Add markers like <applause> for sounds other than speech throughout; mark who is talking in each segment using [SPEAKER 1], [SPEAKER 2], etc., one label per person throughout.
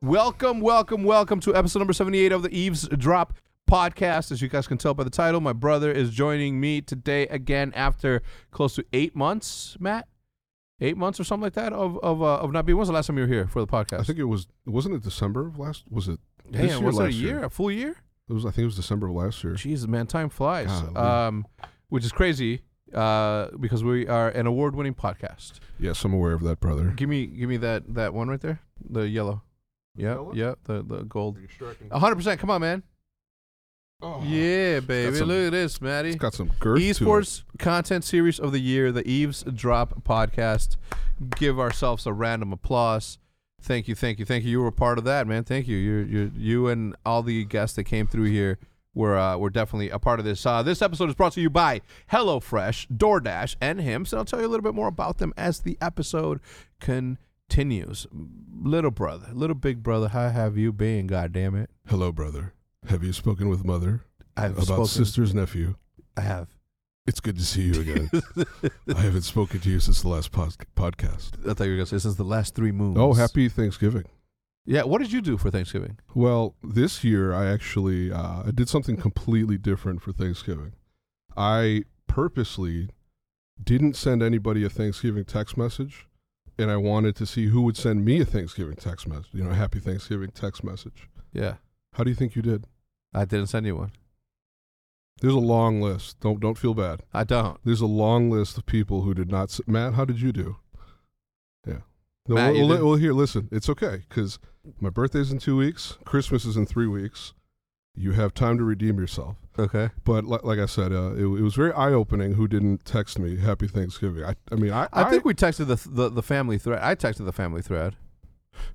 [SPEAKER 1] Welcome, welcome, welcome to episode number 78 of the Eavesdrop podcast. As you guys can tell by the title, my brother is joining me today again after close to eight months, Matt? Eight months or something like that of of, uh, of not being. When was the last time you were here for the podcast?
[SPEAKER 2] I think it was wasn't it December of last was it
[SPEAKER 1] Damn,
[SPEAKER 2] this year
[SPEAKER 1] was it
[SPEAKER 2] or
[SPEAKER 1] a
[SPEAKER 2] last
[SPEAKER 1] year? A full year?
[SPEAKER 2] It was I think it was December of last year.
[SPEAKER 1] Jesus, man, time flies.
[SPEAKER 2] Golly.
[SPEAKER 1] Um, which is crazy uh, because we are an award winning podcast.
[SPEAKER 2] Yes, I'm aware of that, brother.
[SPEAKER 1] Give me give me that that one right there. The yellow. Yeah,
[SPEAKER 2] yellow?
[SPEAKER 1] yeah, the, the gold. 100%. Come on, man.
[SPEAKER 2] Oh,
[SPEAKER 1] Yeah, baby.
[SPEAKER 2] some-
[SPEAKER 1] Look at this, Matty.
[SPEAKER 2] It's got some girth to
[SPEAKER 1] Esports content series of the year, the Eves Drop podcast. Give ourselves a random applause. Thank you, thank you, thank you. You were a part of that, man. Thank you. You, you, you, and all the guests that came through here were uh, were definitely a part of this. Uh, this episode is brought to you by HelloFresh, DoorDash, and Hims, and I'll tell you a little bit more about them as the episode continues. Little brother, little big brother, how have you been? God damn it!
[SPEAKER 2] it. Hello, brother. Have you spoken with mother
[SPEAKER 1] I've
[SPEAKER 2] about
[SPEAKER 1] spoken.
[SPEAKER 2] sister's nephew?
[SPEAKER 1] I have.
[SPEAKER 2] It's good to see
[SPEAKER 1] <laughs>
[SPEAKER 2] you again. I haven't spoken to you since the last pos- podcast.
[SPEAKER 1] I thought you were gonna say since the last three moons.
[SPEAKER 2] Oh, happy Thanksgiving.
[SPEAKER 1] Yeah, what did you do for Thanksgiving?
[SPEAKER 2] Well, this year I actually uh, I did something completely different for Thanksgiving. I purposely didn't send anybody a Thanksgiving text message, and I wanted to see who would send me a Thanksgiving text message. You know, a happy Thanksgiving text message.
[SPEAKER 1] Yeah,
[SPEAKER 2] How do you think you did?
[SPEAKER 1] I didn't send you one.
[SPEAKER 2] There's a long list. Don't don't feel bad.
[SPEAKER 1] I don't.
[SPEAKER 2] There's a long list of people who did not. s- Matt, how did you do? Yeah. No,
[SPEAKER 1] Matt,
[SPEAKER 2] well,
[SPEAKER 1] you
[SPEAKER 2] well,
[SPEAKER 1] did-
[SPEAKER 2] well, here, listen. It's okay because my birthday's in two weeks. Christmas is in three weeks. You have time to redeem yourself.
[SPEAKER 1] Okay.
[SPEAKER 2] But li- like I said, uh, it, it was very eye opening who didn't text me Happy Thanksgiving. I, I mean, I,
[SPEAKER 1] I, think we texted the, the the family thread. I texted the family thread.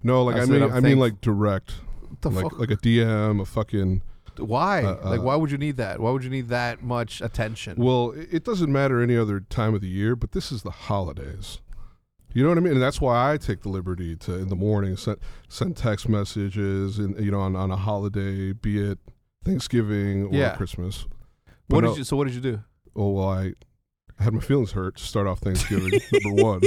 [SPEAKER 2] no, like
[SPEAKER 1] I
[SPEAKER 2] I,
[SPEAKER 1] said
[SPEAKER 2] mean,
[SPEAKER 1] I'm
[SPEAKER 2] I mean,
[SPEAKER 1] thankf-
[SPEAKER 2] like direct,
[SPEAKER 1] What the
[SPEAKER 2] like
[SPEAKER 1] fuck?
[SPEAKER 2] like a DM, a fucking.
[SPEAKER 1] why?
[SPEAKER 2] uh,
[SPEAKER 1] like,
[SPEAKER 2] uh,
[SPEAKER 1] why would you need that? Why would you need that much attention?
[SPEAKER 2] Well, it, it doesn't matter any other time of the year, but this is the holidays. You know what I mean? And that's why I take the liberty to in the morning send send text messages and you know on, on a holiday, be it Thanksgiving or
[SPEAKER 1] Yeah.
[SPEAKER 2] Christmas.
[SPEAKER 1] what
[SPEAKER 2] but
[SPEAKER 1] did
[SPEAKER 2] no.
[SPEAKER 1] you? So what did you do?
[SPEAKER 2] Oh well, I, I had my feelings hurt to start off
[SPEAKER 1] <laughs>
[SPEAKER 2] Thanksgiving. number one,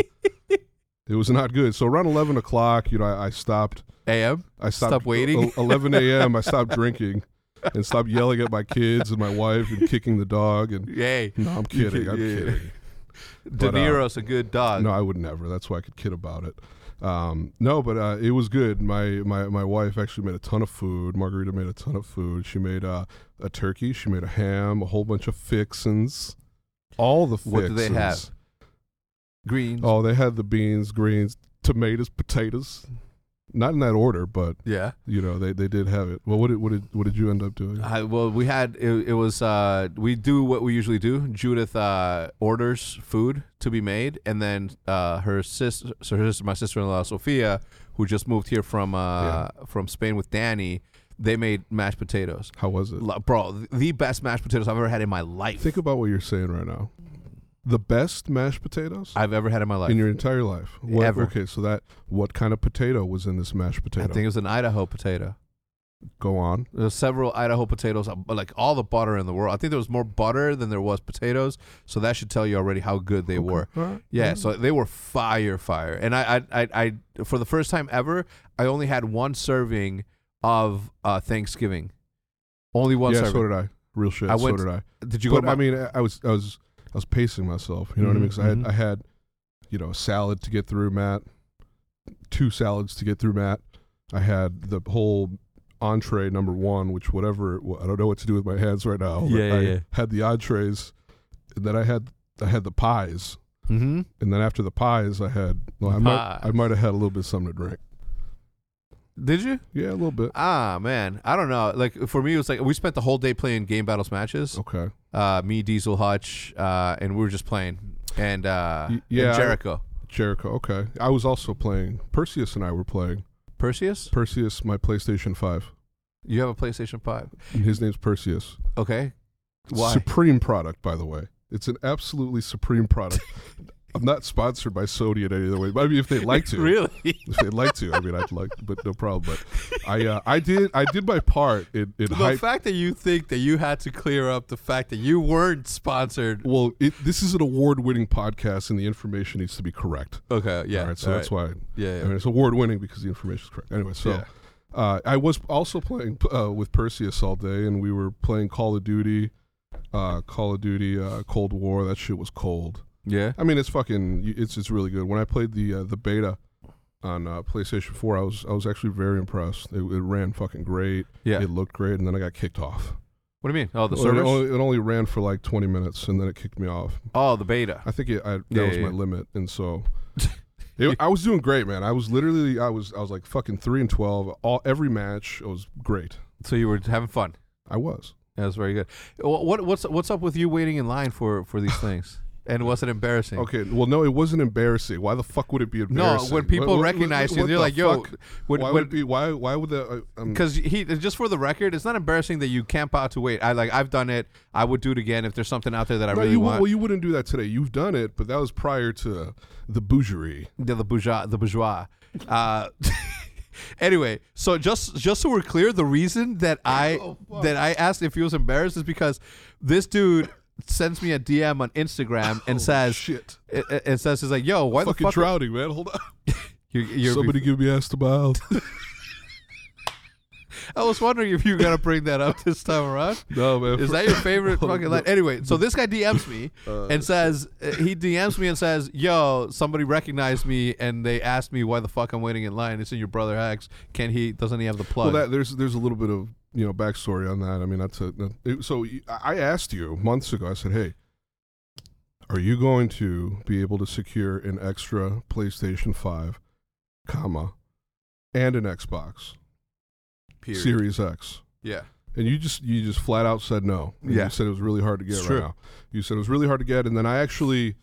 [SPEAKER 2] it was not good. So around eleven o'clock, you know, I, I stopped.
[SPEAKER 1] Am
[SPEAKER 2] I stopped
[SPEAKER 1] Stop waiting?
[SPEAKER 2] el- <laughs> eleven a.m.
[SPEAKER 1] <laughs>
[SPEAKER 2] I stopped drinking Oh, and stopped yelling at my kids and my wife
[SPEAKER 1] <laughs>
[SPEAKER 2] and kicking the dog. And
[SPEAKER 1] yay.
[SPEAKER 2] no, I'm kidding. I'm
[SPEAKER 1] yeah, yeah. <laughs>
[SPEAKER 2] kidding.
[SPEAKER 1] De
[SPEAKER 2] uh,
[SPEAKER 1] Niro's a good dog.
[SPEAKER 2] No, I would never. That's why I could kid about it. Um, no, but uh, it was good. My, my my wife actually made a ton of food. Margarita made a ton of food. She made uh, a turkey. She made a ham. A whole bunch of fixins. All the fixins.
[SPEAKER 1] What do they have? Greens.
[SPEAKER 2] Oh, they had the beans, greens, tomatoes, potatoes. Not in that order, but
[SPEAKER 1] Yeah.
[SPEAKER 2] you know they, they did have it. Well, what did what did what did you end up doing?
[SPEAKER 1] I, well, we had it, it was uh, we do what we usually do. Judith uh, orders food to be made, and then uh, her sister, so her sister, my sister-in-law Sophia, who just moved here from uh, from Spain with Danny, they made mashed potatoes.
[SPEAKER 2] How was it?
[SPEAKER 1] Lo- Bro, th- the best mashed potatoes I've ever had in my life.
[SPEAKER 2] Think about what you're saying right now. The best mashed potatoes.
[SPEAKER 1] I've ever had in my life.
[SPEAKER 2] in your entire life. What,
[SPEAKER 1] Ever.
[SPEAKER 2] Okay, so that what kind of potato was in this mashed
[SPEAKER 1] I
[SPEAKER 2] potato?
[SPEAKER 1] think it was an Idaho potato.
[SPEAKER 2] Go on.
[SPEAKER 1] There's several Idaho potatoes, uh, like all the butter in the world. I think there was more butter than there was potatoes, so that should tell you already how good they were.
[SPEAKER 2] All right.
[SPEAKER 1] Yeah, so they were fire, fire, and I, I, I, I, for the first time ever, I only had one serving of uh, Thanksgiving, only one
[SPEAKER 2] yeah. So
[SPEAKER 1] serving.
[SPEAKER 2] did I. Real shit.
[SPEAKER 1] I
[SPEAKER 2] so
[SPEAKER 1] went-
[SPEAKER 2] did I.
[SPEAKER 1] Did you go?
[SPEAKER 2] But
[SPEAKER 1] To
[SPEAKER 2] I mean, I- I was, I was, I was pacing myself. You know what I mean? 'Cause
[SPEAKER 1] Mhm, mhm.
[SPEAKER 2] I had, I had, you know, a salad to get through, Matt. Two salads to get through, Matt. I had the whole entree number one, which whatever wh- I don't know what to do with my hands right now. but
[SPEAKER 1] Yeah, yeah,
[SPEAKER 2] I
[SPEAKER 1] yeah.
[SPEAKER 2] Had the entrees, and then I had, I had the pies,
[SPEAKER 1] hmm
[SPEAKER 2] and then after the pies, I had, well, I might, I
[SPEAKER 1] Pies.
[SPEAKER 2] might have had a little bit of something to drink.
[SPEAKER 1] did you?
[SPEAKER 2] Yeah, a little bit.
[SPEAKER 1] Ah, man, I don't know. Like for me, it was like we spent the whole day playing game battles matches.
[SPEAKER 2] Okay.
[SPEAKER 1] Uh, me, Diesel, Hutch, uh, and we were just playing, and uh,
[SPEAKER 2] Y-
[SPEAKER 1] and
[SPEAKER 2] yeah, I-
[SPEAKER 1] Jericho,
[SPEAKER 2] Jericho. Okay. I was also playing. Perseus and I were playing.
[SPEAKER 1] Perseus.
[SPEAKER 2] Perseus, my PlayStation 5.
[SPEAKER 1] You have a PlayStation Five,
[SPEAKER 2] And his name's Perseus.
[SPEAKER 1] okay? Why? <laughs>
[SPEAKER 2] Supreme product, by the way. It's an absolutely supreme product. I'm not sponsored by Sony in any other way. But I mean, if they'd like
[SPEAKER 1] <laughs>
[SPEAKER 2] to,
[SPEAKER 1] really?
[SPEAKER 2] if they'd like to, I mean, I'd like, but no problem. But I, uh, I did, I did my part in, in
[SPEAKER 1] The
[SPEAKER 2] hype.
[SPEAKER 1] fact that you think that you had to clear up the fact that you weren't sponsored.
[SPEAKER 2] well, it, this is an award-winning podcast, and the information needs to be correct.
[SPEAKER 1] Okay, yeah.
[SPEAKER 2] All right, so that's why.
[SPEAKER 1] Yeah, yeah.
[SPEAKER 2] I mean, it's award-winning because the information is correct. Anyway, so.
[SPEAKER 1] Yeah.
[SPEAKER 2] Uh, I was also playing uh, with Perseus all day, and we were playing Call of Duty, uh, Call of Duty, uh, Cold War. That shit was cold.
[SPEAKER 1] yeah.
[SPEAKER 2] I mean, it's fucking, it's it's really good. When I played the uh, the beta on uh, PlayStation Four, I was I was actually very impressed. It, it ran fucking great.
[SPEAKER 1] Yeah.
[SPEAKER 2] it looked great, and then I got kicked off.
[SPEAKER 1] What do you mean? Oh, the
[SPEAKER 2] Well, it
[SPEAKER 1] servers?
[SPEAKER 2] only, it only ran for like twenty minutes, and then it kicked me off.
[SPEAKER 1] oh, the beta.
[SPEAKER 2] I think it, I, that
[SPEAKER 1] Yeah,
[SPEAKER 2] was
[SPEAKER 1] yeah,
[SPEAKER 2] my
[SPEAKER 1] yeah.
[SPEAKER 2] limit,
[SPEAKER 1] <laughs>
[SPEAKER 2] and so. It, I was doing great, man. I was literally, I was, I was like fucking three and twelve. All every match, it was great.
[SPEAKER 1] So you were having fun.
[SPEAKER 2] I was.
[SPEAKER 1] That was very good. Wh- What what's what's up with you waiting in line for for
[SPEAKER 2] <sighs>
[SPEAKER 1] these things? And was it embarrassing?
[SPEAKER 2] Okay, well, no, it wasn't embarrassing. Why the fuck would it be
[SPEAKER 1] No,
[SPEAKER 2] embarrassing?
[SPEAKER 1] when people
[SPEAKER 2] What- what-
[SPEAKER 1] recognize
[SPEAKER 2] what
[SPEAKER 1] you,
[SPEAKER 2] the
[SPEAKER 1] they're like, "Yo,"
[SPEAKER 2] fuck?
[SPEAKER 1] when-
[SPEAKER 2] why
[SPEAKER 1] when-
[SPEAKER 2] would it be? Why? Why would uh, um, that? I, I'm-
[SPEAKER 1] because he just for the record, it's not embarrassing that you camp out to wait. I like I've done it. I would do it again if there's something out there that I
[SPEAKER 2] No,
[SPEAKER 1] really
[SPEAKER 2] you, wou-
[SPEAKER 1] want.
[SPEAKER 2] Well, you wouldn't do that today. You've done it, but that was prior to the bougerie.
[SPEAKER 1] the, the bourgeois, the bourgeois. Uh, <laughs> anyway, so just just so we're clear, the reason that I
[SPEAKER 2] Oh,
[SPEAKER 1] that I asked if he was embarrassed is because this dude sends me a DM on Instagram and says
[SPEAKER 2] Oh, shit.
[SPEAKER 1] It, it- it says he's like, "Yo, why
[SPEAKER 2] Fucking
[SPEAKER 1] the fuck
[SPEAKER 2] drowning, man. Hold on.
[SPEAKER 1] you're, you're
[SPEAKER 2] Somebody give me ass
[SPEAKER 1] <laughs>
[SPEAKER 2] to mouth.
[SPEAKER 1] I was wondering if you were gonna bring that up this time around.
[SPEAKER 2] no, man.
[SPEAKER 1] Is
[SPEAKER 2] for-
[SPEAKER 1] that your
[SPEAKER 2] <laughs>
[SPEAKER 1] favorite
[SPEAKER 2] Well,
[SPEAKER 1] fucking line? Anyway, so this guy DMs
[SPEAKER 2] <laughs>
[SPEAKER 1] me and says uh, he DMs me and says, "Yo, somebody recognized me and they asked me why the fuck I'm waiting in line. It's in your brother X. Can he? Doesn't he have the
[SPEAKER 2] well,
[SPEAKER 1] plug?
[SPEAKER 2] that, there's there's a little bit of you know backstory on that. I mean, that's a that- it- so y- I asked you months ago. I said, hey. Are you going to be able to secure an extra PlayStation 5, comma, and an Xbox
[SPEAKER 1] Period.
[SPEAKER 2] Series X?
[SPEAKER 1] Yeah,
[SPEAKER 2] And you just you just flat out said no. And
[SPEAKER 1] Yeah.
[SPEAKER 2] You said it was really hard to get
[SPEAKER 1] It's
[SPEAKER 2] right
[SPEAKER 1] true.
[SPEAKER 2] now. You said it was really hard to get, and then I actually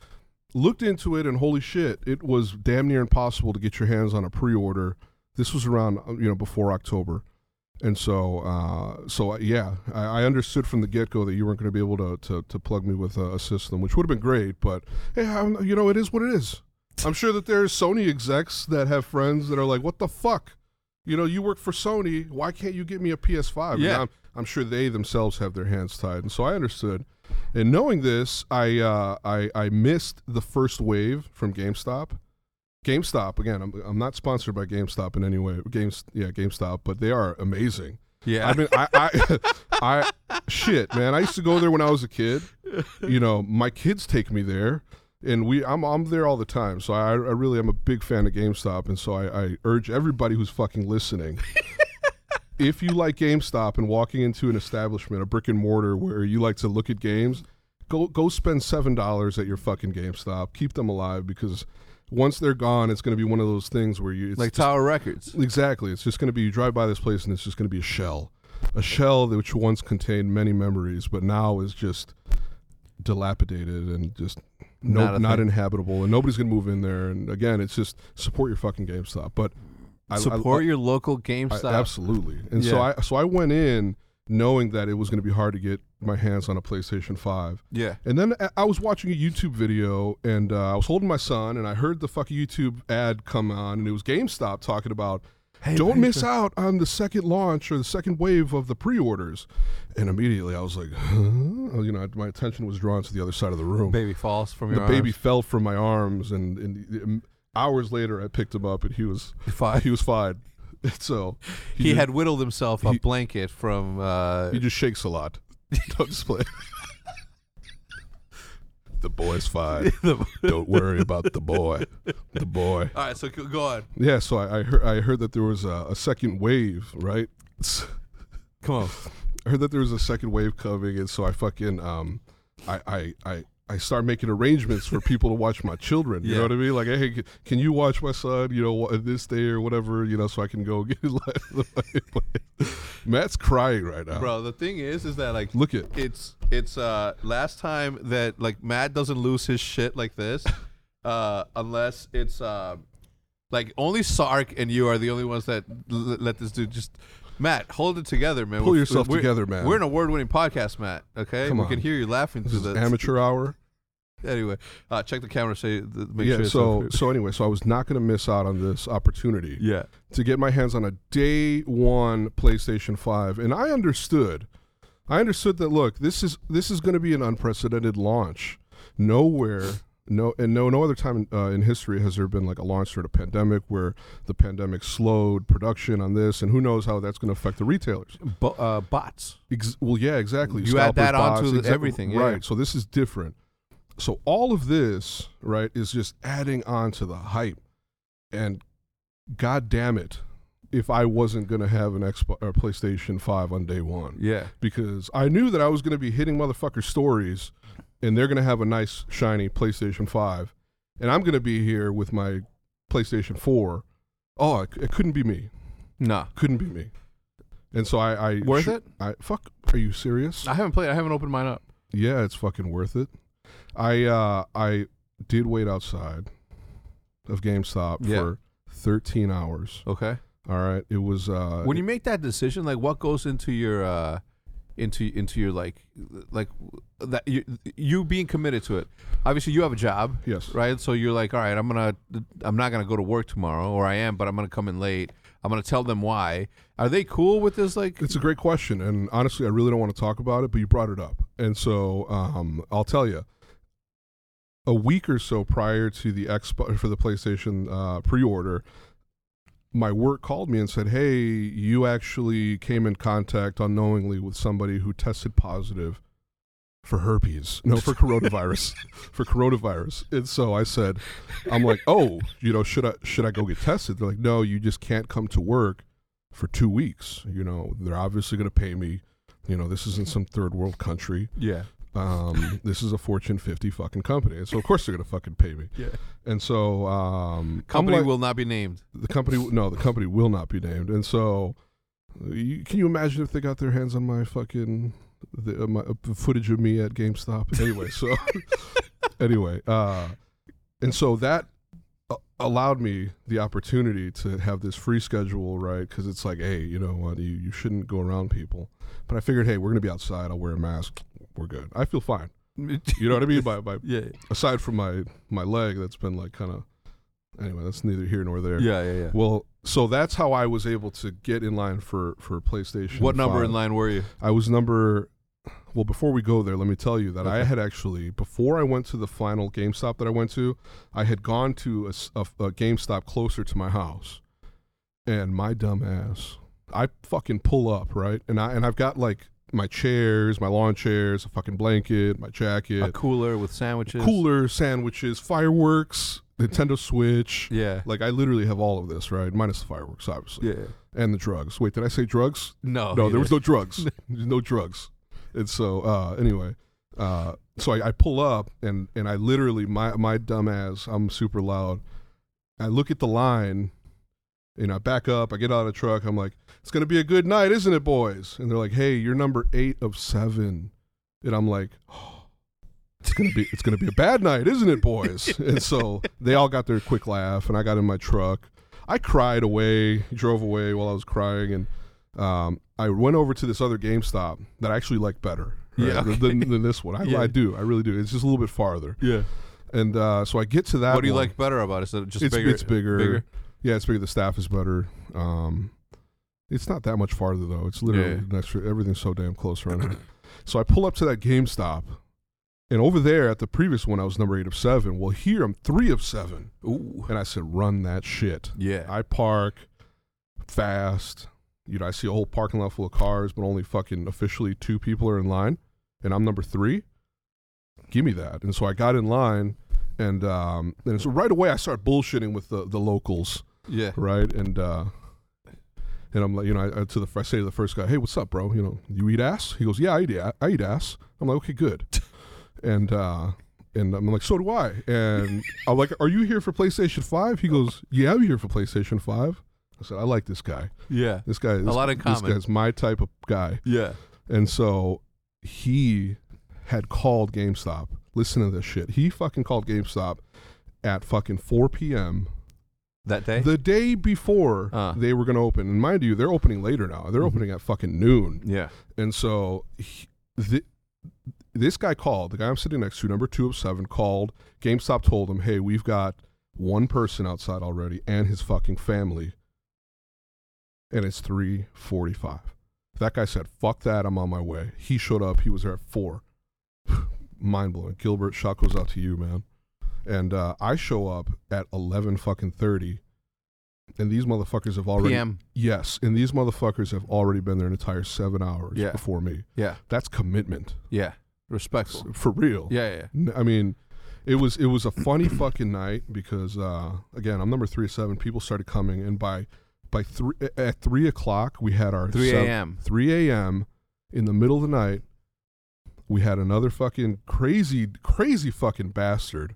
[SPEAKER 2] looked into it, and holy shit, it was damn near impossible to get your hands on a pre-order. This was around uh, you know before October, and so uh, so uh, yeah, I, I understood from the get-go that you weren't going to be able to, to to plug me with a, a system, which would have been great, but yeah, I'm, you know it is what it is. I'm sure that there's Sony execs that have friends that are like, what the fuck. You know, you work for Sony. Why can't you get me a PS5? And
[SPEAKER 1] Yeah.
[SPEAKER 2] I'm, I'm sure they themselves have their hands tied, and so I understood. And knowing this, I uh, I, I missed the first wave from GameStop. GameStop again. I'm, I'm not sponsored by GameStop in any way. Games, yeah, GameStop, but they are amazing.
[SPEAKER 1] yeah.
[SPEAKER 2] I mean, I, <laughs> I, I, shit, man. I used to go there when I was a kid. You know, my kids take me there, and we, I'm, I'm there all the time. So I, I really am a big fan of GameStop, and so I, I urge everybody who's fucking listening. If you like GameStop and walking into an establishment, a brick and mortar where you like to look at games, go go spend seven dollars at your fucking GameStop. Keep them alive because once they're gone, it's going to be one of those things where you it's
[SPEAKER 1] like Tower Records.
[SPEAKER 2] Exactly. It's just going to be you drive by this place and it's just going to be a shell, a shell that which once contained many memories, but now is just dilapidated and just no,
[SPEAKER 1] Not a
[SPEAKER 2] not,
[SPEAKER 1] thing.
[SPEAKER 2] inhabitable, and nobody's going to move in there. And again, it's just support your fucking GameStop, but I, I-
[SPEAKER 1] Support your local
[SPEAKER 2] I-
[SPEAKER 1] GameStop.
[SPEAKER 2] absolutely. And so
[SPEAKER 1] Yeah.
[SPEAKER 2] I so I went in knowing that it was going to be hard to get my hands on a PlayStation Five.
[SPEAKER 1] yeah,
[SPEAKER 2] And then I- I was watching a YouTube video, and uh, I was holding my son, and I heard the fucking YouTube ad come on, and it was GameStop talking about, don't miss out on the second launch or the second wave of the pre-orders. And immediately I was like, huh? you know, my attention was drawn to the other side of the room.
[SPEAKER 1] baby falls from
[SPEAKER 2] the
[SPEAKER 1] your
[SPEAKER 2] baby
[SPEAKER 1] arms.
[SPEAKER 2] fell from my arms, and, and um, hours later I picked him up, and he was
[SPEAKER 1] <laughs> Fine.
[SPEAKER 2] he was fine. <laughs> so
[SPEAKER 1] He,
[SPEAKER 2] just-
[SPEAKER 1] had whittled himself a
[SPEAKER 2] he-
[SPEAKER 1] blanket from. Uh,
[SPEAKER 2] he just shakes
[SPEAKER 1] <laughs>
[SPEAKER 2] a lot. Don't play. the boy's fine.
[SPEAKER 1] <laughs> the-
[SPEAKER 2] Don't worry about the boy. The boy.
[SPEAKER 1] all right, so go go on.
[SPEAKER 2] Yeah, so I, I heard I heard that there was a, a second wave, right?
[SPEAKER 1] Come on.
[SPEAKER 2] I heard that there was a second wave coming, and so I fucking um, I I I. I start making arrangements for people to watch my children. You
[SPEAKER 1] Yeah.
[SPEAKER 2] know what I mean? Like, hey, c- can you watch my son? You know, wh- this day or whatever. You know, so I can go <laughs> get. Matt's crying right now.
[SPEAKER 1] Bro, the thing is, is that like
[SPEAKER 2] Look at
[SPEAKER 1] it's it's uh last time that like Matt doesn't lose his shit like
[SPEAKER 2] <laughs>
[SPEAKER 1] this, uh unless it's uh like only Sark and you are the only ones that l- let this dude just Matt hold it together, man.
[SPEAKER 2] Pull yourself together, man.
[SPEAKER 1] We're an award-winning podcast, Matt. Okay,
[SPEAKER 2] Come
[SPEAKER 1] we
[SPEAKER 2] on.
[SPEAKER 1] can hear you laughing
[SPEAKER 2] this
[SPEAKER 1] through
[SPEAKER 2] is
[SPEAKER 1] the
[SPEAKER 2] amateur hour.
[SPEAKER 1] anyway, uh, check the camera. Say the, make
[SPEAKER 2] yeah.
[SPEAKER 1] sure. it's
[SPEAKER 2] so
[SPEAKER 1] on-
[SPEAKER 2] so anyway, so I was not going to miss out on this opportunity
[SPEAKER 1] yeah,
[SPEAKER 2] to get my hands on a day one PlayStation Five, and I understood. I understood that. Look, this is this is going to be an unprecedented launch. Nowhere, no, and no, no other time in, uh, in history has there been like a launch during a pandemic where the pandemic slowed production on this, and who knows how that's going to affect the retailers.
[SPEAKER 1] Bo- uh, bots.
[SPEAKER 2] Ex- well, yeah, exactly.
[SPEAKER 1] You add that
[SPEAKER 2] bots,
[SPEAKER 1] onto the-
[SPEAKER 2] exact-
[SPEAKER 1] everything, yeah.
[SPEAKER 2] right? So this is different. So all of this, right, is just adding on to the hype. And god damn it, if I wasn't gonna have an Xbox or PlayStation Five on day one,
[SPEAKER 1] Yeah,
[SPEAKER 2] because I knew that I was gonna be hitting motherfucker stories, and they're gonna have a nice shiny PlayStation Five, and I'm gonna be here with my PlayStation Four. Oh, it, it couldn't be me.
[SPEAKER 1] nah.
[SPEAKER 2] Couldn't be me. And so I, I
[SPEAKER 1] Worth
[SPEAKER 2] sh-
[SPEAKER 1] it?
[SPEAKER 2] I fuck. Are you serious?
[SPEAKER 1] I haven't played. I haven't opened mine up.
[SPEAKER 2] Yeah, it's fucking worth it. I uh I did wait outside of GameStop
[SPEAKER 1] Yeah.
[SPEAKER 2] for 13 hours.
[SPEAKER 1] Okay.
[SPEAKER 2] All right. It was uh
[SPEAKER 1] when you make that decision, like what goes into your, uh, into into your like, like that you you being committed to it. Obviously, you have a job,
[SPEAKER 2] yes.
[SPEAKER 1] right? So you're like, all right, I'm gonna, I'm not gonna go to work tomorrow, or I am, but I'm gonna come in late. I'm gonna tell them why. Are they cool with this? Like,
[SPEAKER 2] It's a great question and honestly I really don't want to talk about it, but you brought it up. And so um I'll tell you a week or so prior to the expo for the PlayStation uh, pre-order, my work called me and said, "Hey, you actually came in contact unknowingly with somebody who tested positive for herpes, no, for coronavirus, for coronavirus." And so I said, <laughs> "I'm like, oh, you know, should I should I go get tested?" They're like, "No, you just can't come to work for two weeks. You know, they're obviously going to pay me." You know, this isn't some third world country.
[SPEAKER 1] yeah, <laughs>
[SPEAKER 2] Um, this is a Fortune 50 fucking company. And so, of course, they're going to fucking pay me.
[SPEAKER 1] yeah.
[SPEAKER 2] And so, um,
[SPEAKER 1] Company
[SPEAKER 2] I'm like-
[SPEAKER 1] will not be named.
[SPEAKER 2] the company no, the company will not be named. And so, you, can you imagine if they got their hands on my fucking the, uh, my uh, footage of me at GameStop? Anyway, so <laughs> anyway, uh, and so that a- allowed me the opportunity to have this free schedule, right? Because it's like, hey, you know what? You you shouldn't go around people. But I figured, hey, we're gonna be outside. I'll wear a mask. We're good. I feel fine. You know what I mean? By by
[SPEAKER 1] <laughs> yeah,
[SPEAKER 2] aside from my my leg that's been like kind of anyway that's neither here nor there
[SPEAKER 1] yeah, yeah, yeah.
[SPEAKER 2] well so that's how i was able to get in line for for playstation
[SPEAKER 1] What number
[SPEAKER 2] 5.
[SPEAKER 1] in line were you?
[SPEAKER 2] i was number well before we go there let me tell you that i
[SPEAKER 1] Okay.
[SPEAKER 2] had actually before i went to the final gamestop that i went to i had gone to a, s- a f- a gamestop closer to my house and my dumb ass i fucking pull up right and i and i've got like my chairs my lawn chairs a fucking blanket my jacket
[SPEAKER 1] A cooler with sandwiches.
[SPEAKER 2] cooler sandwiches, fireworks, Nintendo Switch.
[SPEAKER 1] Yeah.
[SPEAKER 2] Like I literally have all of this, right? Minus the fireworks, obviously,
[SPEAKER 1] Yeah. Oh,
[SPEAKER 2] and the drugs. Wait, did I say drugs?
[SPEAKER 1] No.
[SPEAKER 2] no, there was no drugs. There's no drugs. And so, uh, anyway, uh, so I, I pull up and and I literally my my dumb ass. I'm super loud. I look at the line, and I back up. I get out of the truck. I'm like, it's gonna be a good night, isn't it, boys? And they're like, hey, you're number eight of seven. And I'm like, "Oh, it's gonna be it's gonna be a bad night, isn't
[SPEAKER 1] <laughs>
[SPEAKER 2] it, boys? and so they all got their quick laugh, and I got in my truck. I cried away, drove away while I was crying, and um, I went over to this other GameStop that I actually like better right,
[SPEAKER 1] Yeah, okay.
[SPEAKER 2] than, than this one. I,
[SPEAKER 1] Yeah.
[SPEAKER 2] I do, I really do. It's just a little bit farther,
[SPEAKER 1] Yeah.
[SPEAKER 2] and uh, so I get to that.
[SPEAKER 1] What do you
[SPEAKER 2] one.
[SPEAKER 1] like better about it? Is it just
[SPEAKER 2] It's
[SPEAKER 1] bigger?
[SPEAKER 2] it's bigger.
[SPEAKER 1] Bigger.
[SPEAKER 2] Yeah, it's bigger. The staff is better. Um, it's not that much farther though. It's literally
[SPEAKER 1] Yeah.
[SPEAKER 2] next to everything's so damn close right now. So I pull up to that GameStop, and over there at the previous one I was number eight of seven. Well, here I'm three of seven,
[SPEAKER 1] Ooh.
[SPEAKER 2] and I said, "Run that shit."
[SPEAKER 1] Yeah.
[SPEAKER 2] I park fast. You know, I see a whole parking lot full of cars, but only fucking officially two people are in line, and I'm number three. Give me that. And so I got in line, and um, and so right away I started bullshitting with the the locals,
[SPEAKER 1] yeah.
[SPEAKER 2] right? And uh, and I'm like, you know, I, I- to the I say to the first guy, hey, what's up, bro? You know, you eat ass? He goes, yeah, I eat, a- I eat ass. I'm like,
[SPEAKER 1] <laughs>
[SPEAKER 2] okay, good. and uh, and I'm like, so do I. And I'm like, are you here for PlayStation Five? He goes, yeah, I'm here for PlayStation Five. I said, I like this guy.
[SPEAKER 1] Yeah.
[SPEAKER 2] This guy, this,
[SPEAKER 1] lot in
[SPEAKER 2] this
[SPEAKER 1] common.
[SPEAKER 2] guy's my type of guy.
[SPEAKER 1] Yeah.
[SPEAKER 2] And so he had called GameStop. Listen to this shit. He fucking called GameStop at fucking 4 p.m.
[SPEAKER 1] That day.
[SPEAKER 2] The day before
[SPEAKER 1] Uh.
[SPEAKER 2] they were going to open, and mind you, they're opening later now. They're opening at fucking noon,
[SPEAKER 1] yeah.
[SPEAKER 2] and so he, th this guy called, the guy I'm sitting next to, number two of seven, called. GameStop told him, hey, we've got one person outside already and his fucking family. And it's 345. That guy said, fuck that, I'm on my way. He showed up, he was there at four. <sighs> Mind blowing. Gilbert, shot goes out to you, man. And uh, I show up at 11 fucking 30. And these motherfuckers have already
[SPEAKER 1] PM.
[SPEAKER 2] Yes, and these motherfuckers have already been there an entire seven hours
[SPEAKER 1] Yeah.
[SPEAKER 2] before me.
[SPEAKER 1] Yeah.
[SPEAKER 2] That's commitment
[SPEAKER 1] Yeah. Respectful.
[SPEAKER 2] for real.
[SPEAKER 1] Yeah. Yeah. yeah.
[SPEAKER 2] N- I mean, it was it was
[SPEAKER 1] <clears throat>
[SPEAKER 2] a funny fucking night because uh, again, I'm number three seven. People started coming, and by by three at three o'clock we had our
[SPEAKER 1] 3
[SPEAKER 2] sev-
[SPEAKER 1] a.m.
[SPEAKER 2] three a.m. in the middle of the night. We had another fucking crazy crazy fucking bastard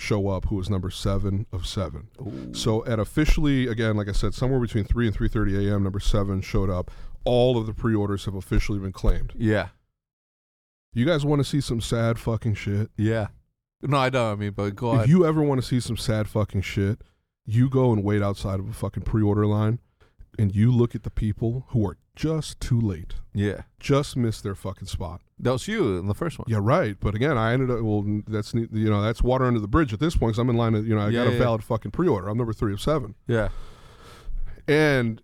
[SPEAKER 2] show up who was number seven of seven. So at officially, again, like I said, somewhere between three and three thirty a.m., number seven showed up. All of the pre-orders have officially been claimed.
[SPEAKER 1] Yeah.
[SPEAKER 2] You guys want to see some sad fucking shit?
[SPEAKER 1] Yeah. No, I don't. I mean, but go
[SPEAKER 2] If
[SPEAKER 1] ahead.
[SPEAKER 2] you ever want to see some sad fucking shit, you go and wait outside of a fucking pre-order line, and you look at the people who are just too late,
[SPEAKER 1] yeah.
[SPEAKER 2] just missed their fucking spot.
[SPEAKER 1] That was you in the first one.
[SPEAKER 2] Yeah, right. But again, I ended up. Well, that's ne- you know that's water under the bridge at this point. Cause I'm in line. At, you know, I
[SPEAKER 1] Yeah,
[SPEAKER 2] got a
[SPEAKER 1] yeah.
[SPEAKER 2] valid fucking pre-order. I'm number three of seven.
[SPEAKER 1] Yeah.
[SPEAKER 2] and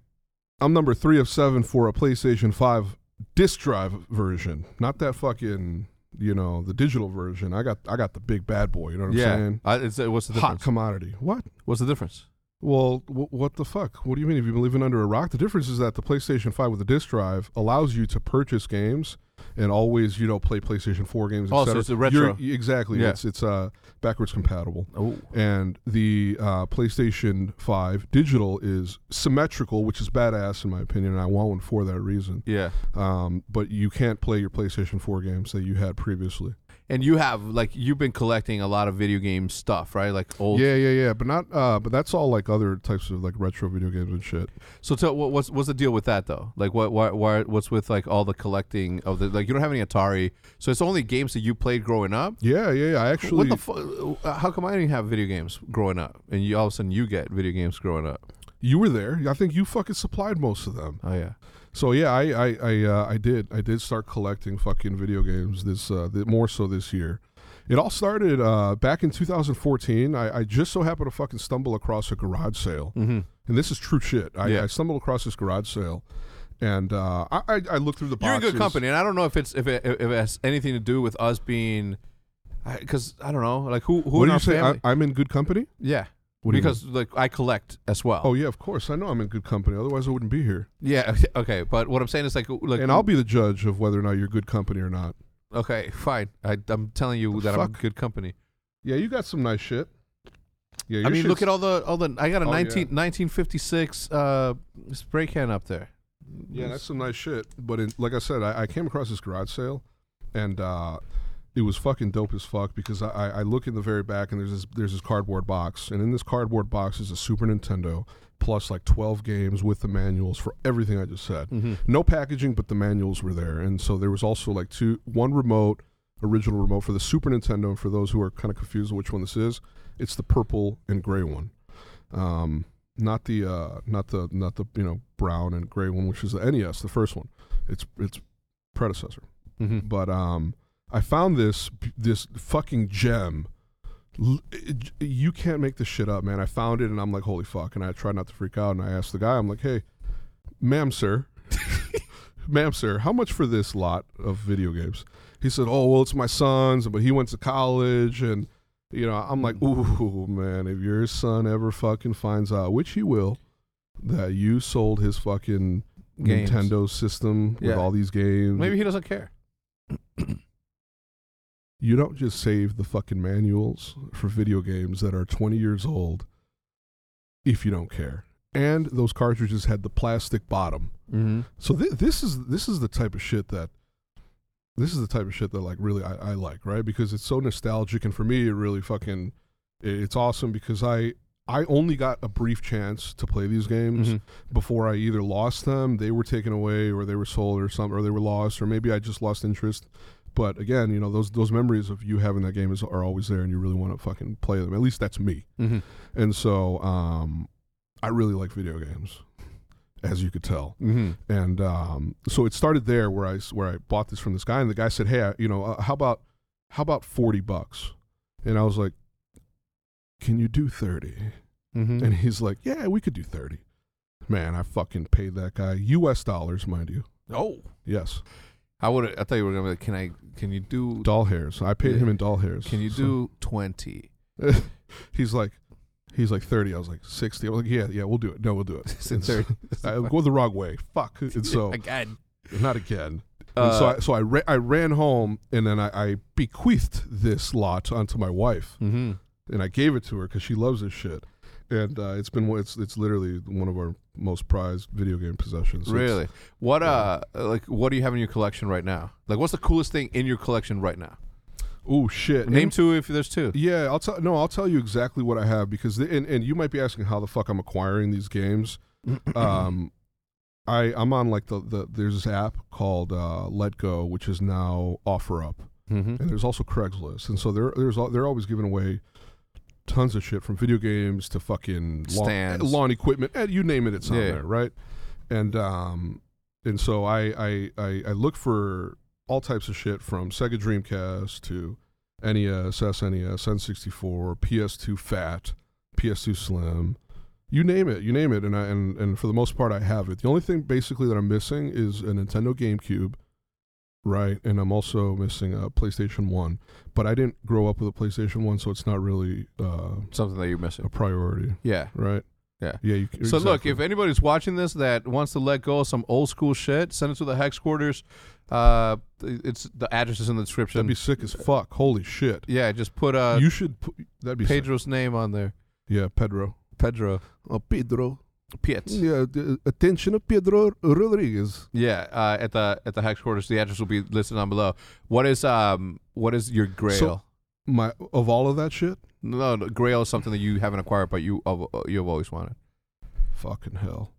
[SPEAKER 2] I'm number three of seven for a PlayStation Five disc drive version, not that fucking you know the digital version. I got I got the big bad boy. You know what I'm
[SPEAKER 1] yeah.
[SPEAKER 2] saying?
[SPEAKER 1] I, it's, uh, what's the
[SPEAKER 2] Hot
[SPEAKER 1] difference?
[SPEAKER 2] commodity. What?
[SPEAKER 1] What's the difference?
[SPEAKER 2] Well, w- what the fuck? What do you mean? Have you been living under a rock? The difference is that the PlayStation Five with the disc drive allows you to purchase games and always you know play PlayStation Four games. et
[SPEAKER 1] Oh, so
[SPEAKER 2] cetera.
[SPEAKER 1] it's a retro.
[SPEAKER 2] You're- exactly.
[SPEAKER 1] Yeah.
[SPEAKER 2] It's it's uh, backwards compatible
[SPEAKER 1] Oh.
[SPEAKER 2] and the uh, PlayStation 5 digital is symmetrical, which is badass in my opinion, and I want one for that reason.
[SPEAKER 1] Yeah.
[SPEAKER 2] Um, but you can't play your PlayStation 4 games that you had previously.
[SPEAKER 1] And you have like you've been collecting a lot of video game stuff, right? Like old.
[SPEAKER 2] Yeah, yeah, yeah, but not. Uh, but that's all like other types of like retro video games and shit.
[SPEAKER 1] So tell what, what's what's the deal with that though? Like what why, why what's with like all the collecting of the like you don't have any Atari, so it's only games that you played growing up.
[SPEAKER 2] Yeah, yeah, yeah. I
[SPEAKER 1] what
[SPEAKER 2] actually,
[SPEAKER 1] the fuck? How come I didn't have video games growing up, and you all of a sudden you get video games growing up?
[SPEAKER 2] you were there. I think you fucking supplied most of them.
[SPEAKER 1] Oh yeah,
[SPEAKER 2] So yeah, I I I, uh, I did I did start collecting fucking video games this uh, th- more so this year. It all started uh, back in 2014. I, I just so happened to fucking stumble across a garage sale,
[SPEAKER 1] mm-hmm.
[SPEAKER 2] and this is true shit. I,
[SPEAKER 1] Yeah.
[SPEAKER 2] I stumbled across this garage sale, and uh, I, I I looked through the
[SPEAKER 1] you're in
[SPEAKER 2] boxes.
[SPEAKER 1] good company, and I don't know if it's if it, if it has anything to do with us being, because I, don't know, like who who
[SPEAKER 2] What
[SPEAKER 1] in
[SPEAKER 2] do
[SPEAKER 1] our
[SPEAKER 2] you say? I,
[SPEAKER 1] family?
[SPEAKER 2] I'm in good company.
[SPEAKER 1] yeah,
[SPEAKER 2] What do you
[SPEAKER 1] because like I collect as well.
[SPEAKER 2] mean? oh yeah, of course. I know I'm in good company. Otherwise, I wouldn't be here.
[SPEAKER 1] yeah, <laughs> okay. But what I'm saying is like like
[SPEAKER 2] And I'll be the judge of whether or not you're good company or not.
[SPEAKER 1] okay, fine. I, I'm telling you
[SPEAKER 2] The
[SPEAKER 1] that I'm
[SPEAKER 2] fuck?
[SPEAKER 1] good company.
[SPEAKER 2] Yeah, you got some nice shit. Yeah,
[SPEAKER 1] I
[SPEAKER 2] your
[SPEAKER 1] mean, look
[SPEAKER 2] shit's-
[SPEAKER 1] at all the all the. I got a
[SPEAKER 2] Oh, yeah.
[SPEAKER 1] 19, 1956 uh, spray can up there.
[SPEAKER 2] Yeah, that's some nice shit. But in, like I said, I, I came across this garage sale, and uh, it was fucking dope as fuck because I, I, I look in the very back and there's this, there's this cardboard box, and in this cardboard box is a Super Nintendo plus like 12 games with the manuals for everything I just said.
[SPEAKER 1] Mhm.
[SPEAKER 2] No packaging, but the manuals were there, and so there was also like two one remote original remote for the Super Nintendo. And for those who are kind of confused which one this is, it's the purple and gray one. Um, not the uh, not the not the you know brown and gray one, which is the NES, the first one. It's its predecessor.
[SPEAKER 1] Mhm.
[SPEAKER 2] But um, I found this this fucking gem. L- it- You can't make this shit up, man. I found it and I'm like, holy fuck! And I tried not to freak out. And I asked the guy, I'm like, hey, ma'am, sir, <laughs> ma'am, sir, how much for this lot of video games? He said, oh, well, it's my son's, but he went to college and. You know, I'm like, ooh, man, if your son ever fucking finds out, which he will, that you sold his fucking
[SPEAKER 1] Games.
[SPEAKER 2] Nintendo system
[SPEAKER 1] Yeah.
[SPEAKER 2] with all these games.
[SPEAKER 1] Maybe he doesn't care.
[SPEAKER 2] you don't just save the fucking manuals for video games that are 20 years old if you don't care. And those cartridges had the plastic bottom.
[SPEAKER 1] Mm-hmm.
[SPEAKER 2] So th- this is this is the type of shit that this is the type of shit that like really I, I like, right? Because it's so nostalgic, and for me, it really fucking i- it's awesome because I I only got a brief chance to play these games
[SPEAKER 1] Mhm.
[SPEAKER 2] before I either lost them, they were taken away, or they were sold, or some, or they were lost, or maybe I just lost interest. But again, you know those those memories of you having that game is, are always there, and you really want to fucking play them. At least that's me.
[SPEAKER 1] Mm-hmm.
[SPEAKER 2] And so um, I really like video games. as you could tell.
[SPEAKER 1] Mm-hmm.
[SPEAKER 2] And um, so it started there where I s- where I bought this from this guy, and the guy said, "Hey, I, you know, uh, how about how about forty bucks?" And I was like, "Can you do 30?
[SPEAKER 1] Mm-hmm.
[SPEAKER 2] And he's like, "Yeah, we could do 30. Man, I fucking paid that guy U.S. dollars, mind you.
[SPEAKER 1] oh,
[SPEAKER 2] Yes,
[SPEAKER 1] I would. I thought you were gonna. Be like, can I? Can you do?
[SPEAKER 2] doll hairs. I paid
[SPEAKER 1] Yeah.
[SPEAKER 2] him in doll hairs.
[SPEAKER 1] Can you
[SPEAKER 2] <laughs>
[SPEAKER 1] do twenty? <laughs>
[SPEAKER 2] do? <laughs> he's like, he's like thirty. I was like sixty. I was like, yeah, yeah, we'll do it. No,
[SPEAKER 1] <laughs>
[SPEAKER 2] we'll do it. And so- <laughs> I go the wrong way. Fuck. And so
[SPEAKER 1] again,
[SPEAKER 2] not again. And
[SPEAKER 1] uh,
[SPEAKER 2] so I, so I, ra- I ran home and then I, I bequeathed this lot onto my wife
[SPEAKER 1] mm-hmm.
[SPEAKER 2] and I gave it to her because she loves this shit. And uh, it's been one- it's it's literally one of our most prized video game possessions. It's-
[SPEAKER 1] Really? What
[SPEAKER 2] Yeah.
[SPEAKER 1] uh like what do you have in your collection right now? Like what's the coolest thing in your collection right now?
[SPEAKER 2] oh shit.
[SPEAKER 1] Name
[SPEAKER 2] And-
[SPEAKER 1] two if there's two.
[SPEAKER 2] yeah, I'll tell no, I'll tell you exactly what I have because the, and and you might be asking how the fuck I'm acquiring these games. <clears throat> um, I I'm on like the, the there's this app called uh, Let Go, which is now Offer Up.
[SPEAKER 1] Mm-hmm.
[SPEAKER 2] and there's also Craigslist, and so they're there's al- they're always giving away tons of shit from video games to fucking lawn,
[SPEAKER 1] Stands.
[SPEAKER 2] lawn equipment, eh, you name it, it's on
[SPEAKER 1] Yeah.
[SPEAKER 2] there, right? And um, and so I I I, I look for all types of shit from Sega Dreamcast to E NES, SNES, N64, PS2 Fat, PS2 Slim, you name it, you name it, and I and, and for the most part I have it. The only thing basically that I'm missing is a Nintendo GameCube, right? And I'm also missing a PlayStation One, but I didn't grow up with a PlayStation One, so it's not really uh,
[SPEAKER 1] Something that you're
[SPEAKER 2] a
[SPEAKER 1] missing.
[SPEAKER 2] priority,
[SPEAKER 1] Yeah.
[SPEAKER 2] right?
[SPEAKER 1] Yeah.
[SPEAKER 2] yeah. You,
[SPEAKER 1] So look,
[SPEAKER 2] exactly.
[SPEAKER 1] if anybody's watching this that wants to let go of some old school shit, send it to the hex quarters. Uh it's the address is in the description.
[SPEAKER 2] that'd be sick as fuck. Holy shit!
[SPEAKER 1] yeah, just put uh
[SPEAKER 2] you should. Put, that'd be sick.
[SPEAKER 1] Pedro's name on there.
[SPEAKER 2] Yeah, Pedro.
[SPEAKER 1] Pedro.
[SPEAKER 2] Oh, Pedro.
[SPEAKER 1] Piet.
[SPEAKER 2] Yeah, attention, Pedro Rodriguez.
[SPEAKER 1] Yeah, uh, at the at the hex quarters, the address will be listed down below. What is um what is your grail?
[SPEAKER 2] My of all of that shit.
[SPEAKER 1] No, no, Grail is something that you haven't acquired, but you uh, you've always wanted.
[SPEAKER 2] Fucking hell.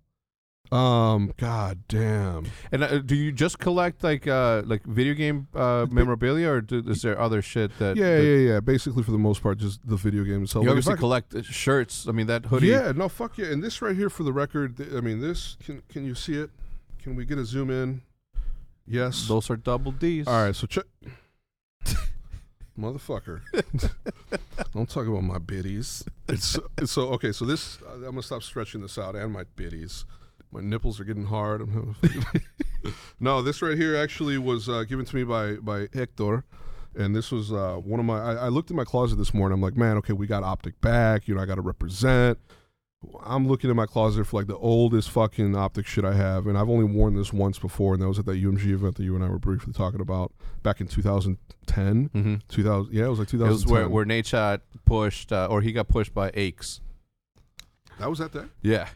[SPEAKER 2] Um, god damn.
[SPEAKER 1] And uh, do you just collect like uh, like video game uh, memorabilia, or do, is there other shit that?
[SPEAKER 2] yeah,
[SPEAKER 1] that-
[SPEAKER 2] yeah, yeah. Basically, for the most part, just the video game itself.
[SPEAKER 1] You
[SPEAKER 2] Like, if
[SPEAKER 1] obviously
[SPEAKER 2] I could-
[SPEAKER 1] collect uh, shirts. I mean, that hoodie.
[SPEAKER 2] Yeah, no, fuck yeah. And this right here, for the record, th- I mean, this can can you see it? Can we get a zoom in? Yes.
[SPEAKER 1] Those are double D's.
[SPEAKER 2] All right, so check. <laughs> Motherfucker, don't talk about my biddies. It's it's so okay. So this, I'm gonna stop stretching this out and my biddies. My nipples are getting hard. I'm having a fucking- no, this right here actually was uh, given to me by by Hector, and this was uh, one of my. I, I looked at my closet this morning. I'm like, man, okay, we got optic back. You know, I got to represent. I'm looking in my closet for like the oldest fucking optic shit I have, and I've only worn this once before, and that was at that UMG event that you and I were briefly talking about back in 2010.
[SPEAKER 1] Mm-hmm.
[SPEAKER 2] 2000, yeah, it was like
[SPEAKER 1] It
[SPEAKER 2] 2010.
[SPEAKER 1] was where where Nate shot pushed, uh, or he got pushed by Aches.
[SPEAKER 2] that was at that.
[SPEAKER 1] Yeah,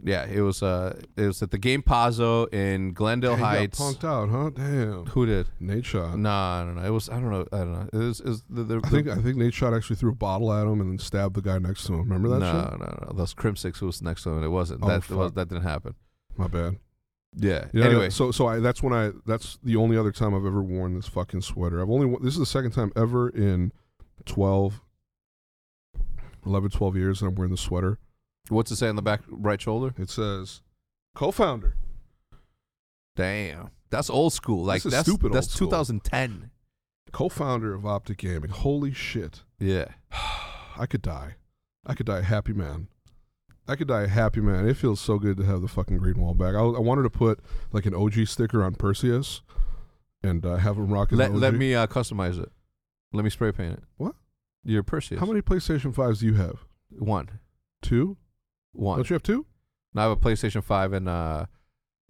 [SPEAKER 1] yeah. It was uh, it was at the Game Pazzo in Glendale
[SPEAKER 2] Hey, you got
[SPEAKER 1] Heights.
[SPEAKER 2] punked out, huh? Damn.
[SPEAKER 1] Who did?
[SPEAKER 2] Nate shot.
[SPEAKER 1] Nah, I don't know. It was I don't know. I don't know. It was, it was the, the,
[SPEAKER 2] I think I think Nate shot actually threw a bottle at him and then stabbed the guy next to him. Remember that
[SPEAKER 1] no,
[SPEAKER 2] shit?
[SPEAKER 1] no, no. Those Crim Six who was next to him. It wasn't.
[SPEAKER 2] Oh,
[SPEAKER 1] that that was,
[SPEAKER 2] fuck.
[SPEAKER 1] that didn't happen.
[SPEAKER 2] My bad.
[SPEAKER 1] Yeah.
[SPEAKER 2] Yeah,
[SPEAKER 1] anyway,
[SPEAKER 2] so so I that's when I that's the only other time I've ever worn this fucking sweater. I've only wo- this is the second time ever in 12 11 12 years that I'm wearing this sweater.
[SPEAKER 1] what's it say on the back right shoulder?
[SPEAKER 2] It says co-founder.
[SPEAKER 1] Damn, that's old school. Like
[SPEAKER 2] This is
[SPEAKER 1] that's
[SPEAKER 2] stupid
[SPEAKER 1] that's
[SPEAKER 2] old school.
[SPEAKER 1] 2010.
[SPEAKER 2] Co-founder of Optic Gaming. Holy shit.
[SPEAKER 1] Yeah.
[SPEAKER 2] I could die. I could die a happy man. I could die a happy man. It feels so good to have the fucking green wall back. I, I wanted to put like an OG sticker on Perseus and uh, have him rocking
[SPEAKER 1] Let,
[SPEAKER 2] the
[SPEAKER 1] let
[SPEAKER 2] OG.
[SPEAKER 1] me uh, customize it. Let me spray paint it.
[SPEAKER 2] What?
[SPEAKER 1] Your Perseus.
[SPEAKER 2] How many PlayStation 5s do you have?
[SPEAKER 1] One.
[SPEAKER 2] 2?
[SPEAKER 1] One.
[SPEAKER 2] Don't you have 2?
[SPEAKER 1] Now I have a PlayStation Five and uh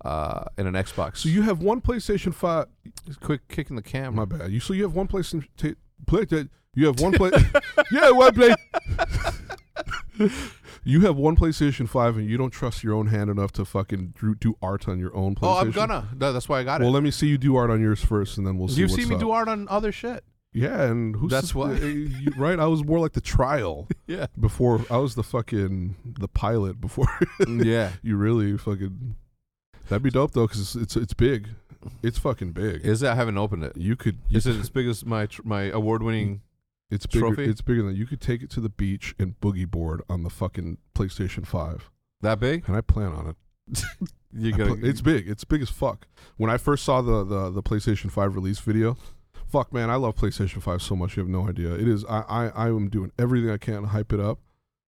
[SPEAKER 1] uh and an Xbox.
[SPEAKER 2] So you have one PlayStation Five. ah,
[SPEAKER 1] Just quick kick in the
[SPEAKER 2] My
[SPEAKER 1] camera.
[SPEAKER 2] bad. You so you have one PlayStation. ta- Play, ta- you have one play.
[SPEAKER 1] <laughs>
[SPEAKER 2] yeah, one play. <laughs> you have one PlayStation Five, and you don't trust your own hand enough to fucking do, do art on your own PlayStation.
[SPEAKER 1] Oh, I'm gonna. No, that's why I got
[SPEAKER 2] Well,
[SPEAKER 1] it.
[SPEAKER 2] let me see you do art on yours first, and then we'll see.
[SPEAKER 1] You've
[SPEAKER 2] what's
[SPEAKER 1] seen me
[SPEAKER 2] up.
[SPEAKER 1] do art on other
[SPEAKER 2] <laughs>
[SPEAKER 1] shit.
[SPEAKER 2] Yeah, and who's
[SPEAKER 1] That's
[SPEAKER 2] to-
[SPEAKER 1] why.
[SPEAKER 2] eh, <laughs> you- right? I was more like the trial
[SPEAKER 1] <laughs> Yeah.
[SPEAKER 2] before. I was the fucking the pilot before <laughs>
[SPEAKER 1] yeah.
[SPEAKER 2] you really fucking. That'd be dope though, because it's, it's it's big. It's fucking
[SPEAKER 1] <laughs>
[SPEAKER 2] big.
[SPEAKER 1] Is that I haven't opened it.
[SPEAKER 2] you could. You
[SPEAKER 1] Is
[SPEAKER 2] <laughs>
[SPEAKER 1] it as big as my tr- my award winning?
[SPEAKER 2] It's bigger.
[SPEAKER 1] Trophy?
[SPEAKER 2] It's bigger than you could take it to the beach and boogie board on the fucking PlayStation Five,
[SPEAKER 1] That big?
[SPEAKER 2] and I plan on it.
[SPEAKER 1] You
[SPEAKER 2] I
[SPEAKER 1] gotta.
[SPEAKER 2] pla- it's big. It's big as fuck. When I first saw the, the the PlayStation Five release video, fuck man, I love PlayStation Five so much. You have no idea. It is. I I, I am doing everything I can to hype it up,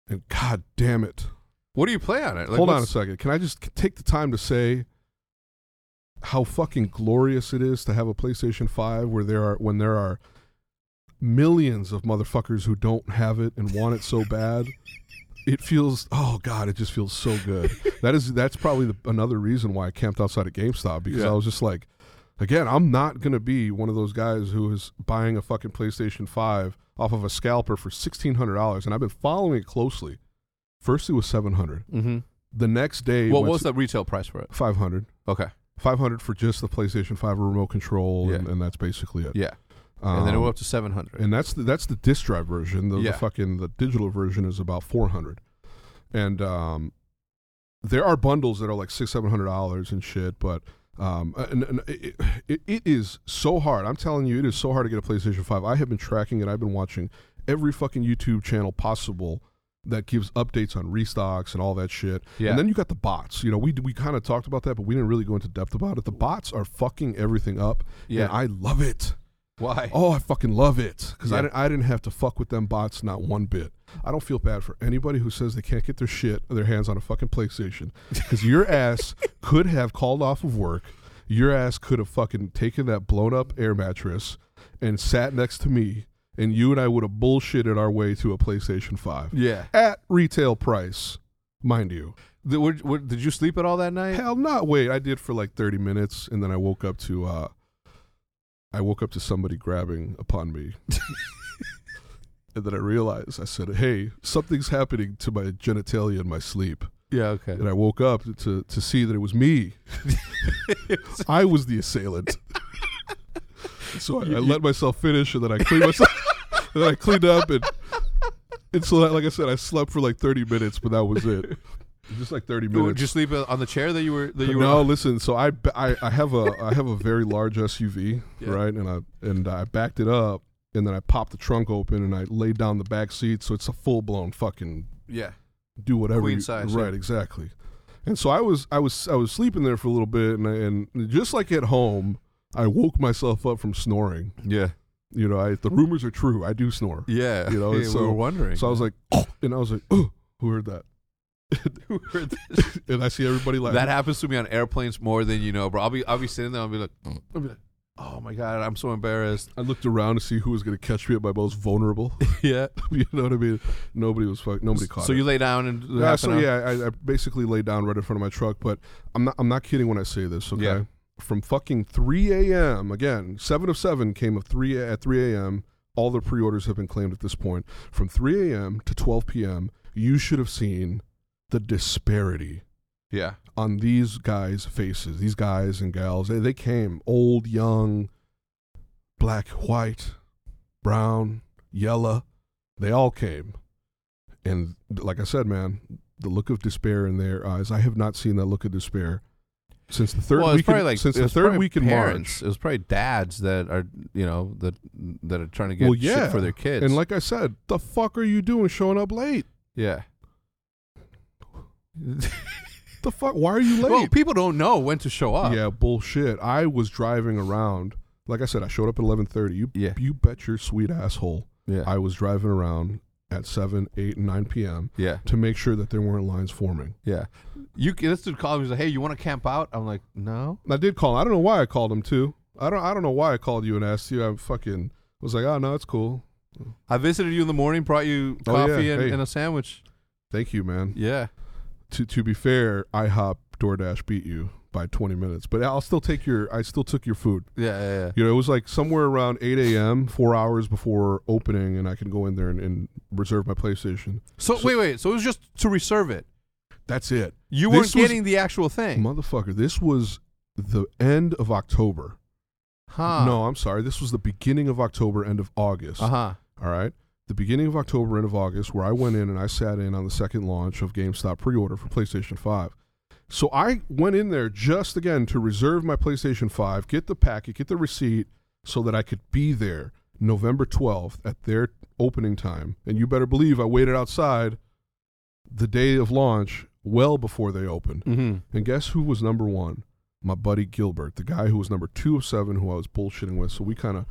[SPEAKER 2] and god damn it.
[SPEAKER 1] what do you play on it? Like,
[SPEAKER 2] Hold on a
[SPEAKER 1] what's-
[SPEAKER 2] second. Can I just c- take the time to say how fucking glorious it is to have a PlayStation 5 where there are when there are millions of motherfuckers who don't have it and want
[SPEAKER 1] <laughs>
[SPEAKER 2] it so bad. It feels oh god, it just feels so good.
[SPEAKER 1] <laughs>
[SPEAKER 2] <laughs> that is that's probably the, another reason why I camped outside of GameStop because
[SPEAKER 1] Yeah.
[SPEAKER 2] I was just like again, I'm not going to be one of those guys who is buying a fucking PlayStation 5 off of a scalper for $1600 and I've been following it closely. First it was 700
[SPEAKER 1] Mhm.
[SPEAKER 2] the next day
[SPEAKER 1] What was the retail price for it?
[SPEAKER 2] 500
[SPEAKER 1] Okay.
[SPEAKER 2] 500 for just the playstation 5 remote control and,
[SPEAKER 1] Yeah.
[SPEAKER 2] and that's basically it
[SPEAKER 1] Yeah. And then it
[SPEAKER 2] Um,
[SPEAKER 1] went up to seven hundred.
[SPEAKER 2] and that's the, that's the disc drive version the, the
[SPEAKER 1] Yeah.
[SPEAKER 2] fucking the digital version is about 400 and um there are bundles that are like six seven hundred dollars and shit but um and, and it, it, it is so hard i'm telling you it is so hard to get a playstation 5 i have been tracking it i've been watching every fucking youtube channel possible that gives updates on restocks and all that shit
[SPEAKER 1] Yeah.
[SPEAKER 2] and then you got the bots you know we we kind of talked about that but we didn't really go into depth about it the bots are fucking everything up
[SPEAKER 1] Yeah.
[SPEAKER 2] and i love it
[SPEAKER 1] Why?
[SPEAKER 2] Oh, I fucking love it because
[SPEAKER 1] Yeah.
[SPEAKER 2] I, didn't, I didn't have to fuck with them bots not one bit. I don't feel bad for anybody who says they can't get their shit their hands on a fucking PlayStation because
[SPEAKER 1] <laughs>
[SPEAKER 2] your ass could have called off of work. Your ass could have fucking taken that blown up air mattress and sat next to me, and you and I would have bullshitted our way to a PlayStation Five
[SPEAKER 1] Yeah.
[SPEAKER 2] at retail price, mind you.
[SPEAKER 1] Did, were- were- did you sleep at all that night?
[SPEAKER 2] Hell, not wait. I did for like thirty minutes, and then I woke up to uh, I woke up to somebody grabbing upon me, and then I realized I said, "Hey, something's happening to my genitalia in my sleep."
[SPEAKER 1] Yeah. Okay.
[SPEAKER 2] And I woke up to to see that it was me. I was the assailant. so I, I let myself finish, and then I cleaned myself. <laughs> and then I cleaned up, and and so like I said, I slept for like thirty minutes, but that was it. Just like thirty
[SPEAKER 1] You
[SPEAKER 2] minutes.
[SPEAKER 1] Did you sleep on the chair that you were that you were?
[SPEAKER 2] No, listen. So I, ba- I I have a I have a very large SUV,
[SPEAKER 1] <laughs> Yeah.
[SPEAKER 2] right? And I and I backed it up, and then I popped the trunk open, and I laid down the back seat, so it's a full blown fucking
[SPEAKER 1] Yeah.
[SPEAKER 2] do whatever.
[SPEAKER 1] Queen
[SPEAKER 2] you-
[SPEAKER 1] size,
[SPEAKER 2] right?
[SPEAKER 1] yeah.
[SPEAKER 2] Exactly. And so I was I was I was sleeping there for a little bit, and I, and just like at home, I woke myself up from snoring.
[SPEAKER 1] Yeah.
[SPEAKER 2] You know, I, the rumors are true. I do snore.
[SPEAKER 1] Yeah.
[SPEAKER 2] You know,
[SPEAKER 1] <laughs> Yeah,
[SPEAKER 2] and
[SPEAKER 1] we
[SPEAKER 2] so-
[SPEAKER 1] were wondering.
[SPEAKER 2] So I
[SPEAKER 1] <laughs>
[SPEAKER 2] was like, <sniffs> and I was like, oh, who heard that?
[SPEAKER 1] Who heard that?
[SPEAKER 2] And I see everybody like
[SPEAKER 1] that happens to me on airplanes more than you know, bro. I'll be I'll be sitting there. I'll be like, I'll be like oh my god, I'm so embarrassed.
[SPEAKER 2] I looked around to see who was going to catch me at my most vulnerable.
[SPEAKER 1] <laughs> yeah.
[SPEAKER 2] <laughs> you know what I mean? Nobody was fuck. Nobody caught.
[SPEAKER 1] So
[SPEAKER 2] it.
[SPEAKER 1] you lay down and
[SPEAKER 2] Yeah,
[SPEAKER 1] half
[SPEAKER 2] so
[SPEAKER 1] an hour-
[SPEAKER 2] yeah, I, I basically lay down right in front of my truck, but I'm not. I'm not kidding when I say this. Okay.
[SPEAKER 1] Yeah.
[SPEAKER 2] From fucking 3 a.m. again, seven of seven came of three at 3 a.m. All the pre-orders have been claimed at this point. From 3 a.m. to 12 p.m., you should have seen the disparity
[SPEAKER 1] yeah.
[SPEAKER 2] on these guys' faces. These guys and gals, they, they came old, young, black, white, brown, yellow. They all came. And like I said, man, the look of despair in their eyes. I have not seen that look of despair since the third
[SPEAKER 1] well, it's
[SPEAKER 2] week. in-
[SPEAKER 1] probably like
[SPEAKER 2] since
[SPEAKER 1] it
[SPEAKER 2] the
[SPEAKER 1] was
[SPEAKER 2] third
[SPEAKER 1] probably
[SPEAKER 2] week in
[SPEAKER 1] parents.
[SPEAKER 2] March.
[SPEAKER 1] It was probably dads that are you know that that are trying to get
[SPEAKER 2] Well,
[SPEAKER 1] shit
[SPEAKER 2] yeah.
[SPEAKER 1] for their kids.
[SPEAKER 2] And like I said, the fuck are you doing showing up late?
[SPEAKER 1] yeah.
[SPEAKER 2] The fuck? Why are you late?
[SPEAKER 1] Well, people don't know when to show up.
[SPEAKER 2] Yeah, bullshit. I was driving around. Like I said, I showed up at eleven thirty. You
[SPEAKER 1] Yeah.
[SPEAKER 2] you bet your sweet asshole.
[SPEAKER 1] Yeah.
[SPEAKER 2] I was driving around at seven, eight, and nine p.m.
[SPEAKER 1] yeah.
[SPEAKER 2] to make sure that there weren't lines forming.
[SPEAKER 1] Yeah. You this dude called me. He's like, "Hey, you want to camp out?" I'm like, "No."
[SPEAKER 2] And I did call. I don't know why I called him too. I don't. I don't know why I called you and asked you. I fucking was like, oh no, it's cool.
[SPEAKER 1] I visited you in the morning, brought you
[SPEAKER 2] Oh, yeah.
[SPEAKER 1] coffee and,
[SPEAKER 2] Hey.
[SPEAKER 1] and a sandwich.
[SPEAKER 2] Thank you, man.
[SPEAKER 1] Yeah.
[SPEAKER 2] To to be fair, IHOP DoorDash beat you by twenty minutes, but I'll still take your. I still took your food.
[SPEAKER 1] Yeah. Yeah. yeah.
[SPEAKER 2] You know, it was like somewhere around 8 a.m., four hours before opening, and I can go in there and, and reserve my PlayStation.
[SPEAKER 1] So,
[SPEAKER 2] So-
[SPEAKER 1] wait, wait. So it was just to reserve it.
[SPEAKER 2] That's it.
[SPEAKER 1] You
[SPEAKER 2] This
[SPEAKER 1] weren't
[SPEAKER 2] was-
[SPEAKER 1] getting the actual thing,
[SPEAKER 2] Motherfucker, this was the end of October.
[SPEAKER 1] huh?
[SPEAKER 2] No, I'm sorry. This was the beginning of October, end of August.
[SPEAKER 1] Uh huh.
[SPEAKER 2] All right. The beginning of October, end of August, where I went in and I sat in on the second launch of GameStop pre order for PlayStation 5. So I went in there just again to reserve my PlayStation 5, get the packet, get the receipt, so that I could be there November 12th at their opening time. And you better believe I waited outside the day of launch well before they opened.
[SPEAKER 1] Mm-hmm.
[SPEAKER 2] And guess who was number one? My buddy Gilbert, the guy who was number two of seven, who I was bullshitting with. So we kind of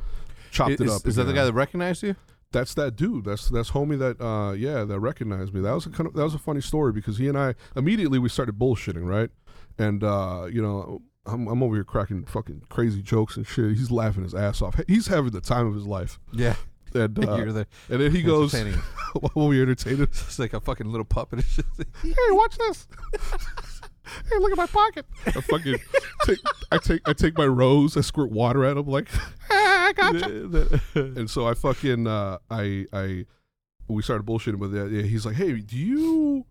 [SPEAKER 2] chopped
[SPEAKER 1] Is,
[SPEAKER 2] it up.
[SPEAKER 1] is that the
[SPEAKER 2] again.
[SPEAKER 1] guy that recognized you?
[SPEAKER 2] That's that dude. That's that's homie that uh yeah that recognized me. That was a kind of that was a funny story because he and I immediately we started bullshitting right, and uh you know I'm I'm over here cracking fucking crazy jokes and shit. He's laughing his ass off. He's having the time of his life.
[SPEAKER 1] <laughs> Yeah.
[SPEAKER 2] And uh,
[SPEAKER 1] You're the,
[SPEAKER 2] and then he goes
[SPEAKER 1] entertaining.
[SPEAKER 2] <laughs> while we entertain him.
[SPEAKER 1] <laughs> It's like a fucking little puppet. It's just like,
[SPEAKER 2] Hey, watch this. <laughs> hey, look at my pocket. I fucking take I take I take my rose. I squirt water at him like <laughs> I got
[SPEAKER 1] <laughs>
[SPEAKER 2] and so I fucking uh, I I we started bullshitting with that. Yeah, he's like, "Hey, do you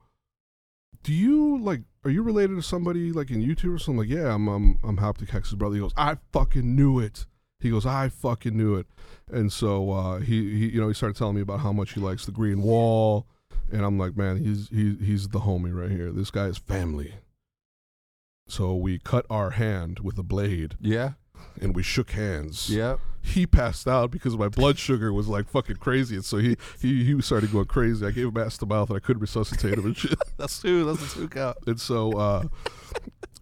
[SPEAKER 2] do you like are you related to somebody like in YouTube or something?" I'm like, "Yeah, I'm I'm I'm Hoptic Hex's brother." He goes, "I fucking knew it." He goes, "I fucking knew it." And so uh, he he you know he started telling me about how much he likes the Green Wall, and I'm like, "Man, he's he, he's the homie right here. This guy is family." So we cut our hand with a blade
[SPEAKER 1] yeah.
[SPEAKER 2] and we shook hands
[SPEAKER 1] Yeah.
[SPEAKER 2] he passed out because my blood sugar was like fucking crazy, and so he he, he started going crazy. I gave him ass to mouth, and I couldn't resuscitate him and shit. <laughs>
[SPEAKER 1] That's two. That's a two count.
[SPEAKER 2] And so, uh,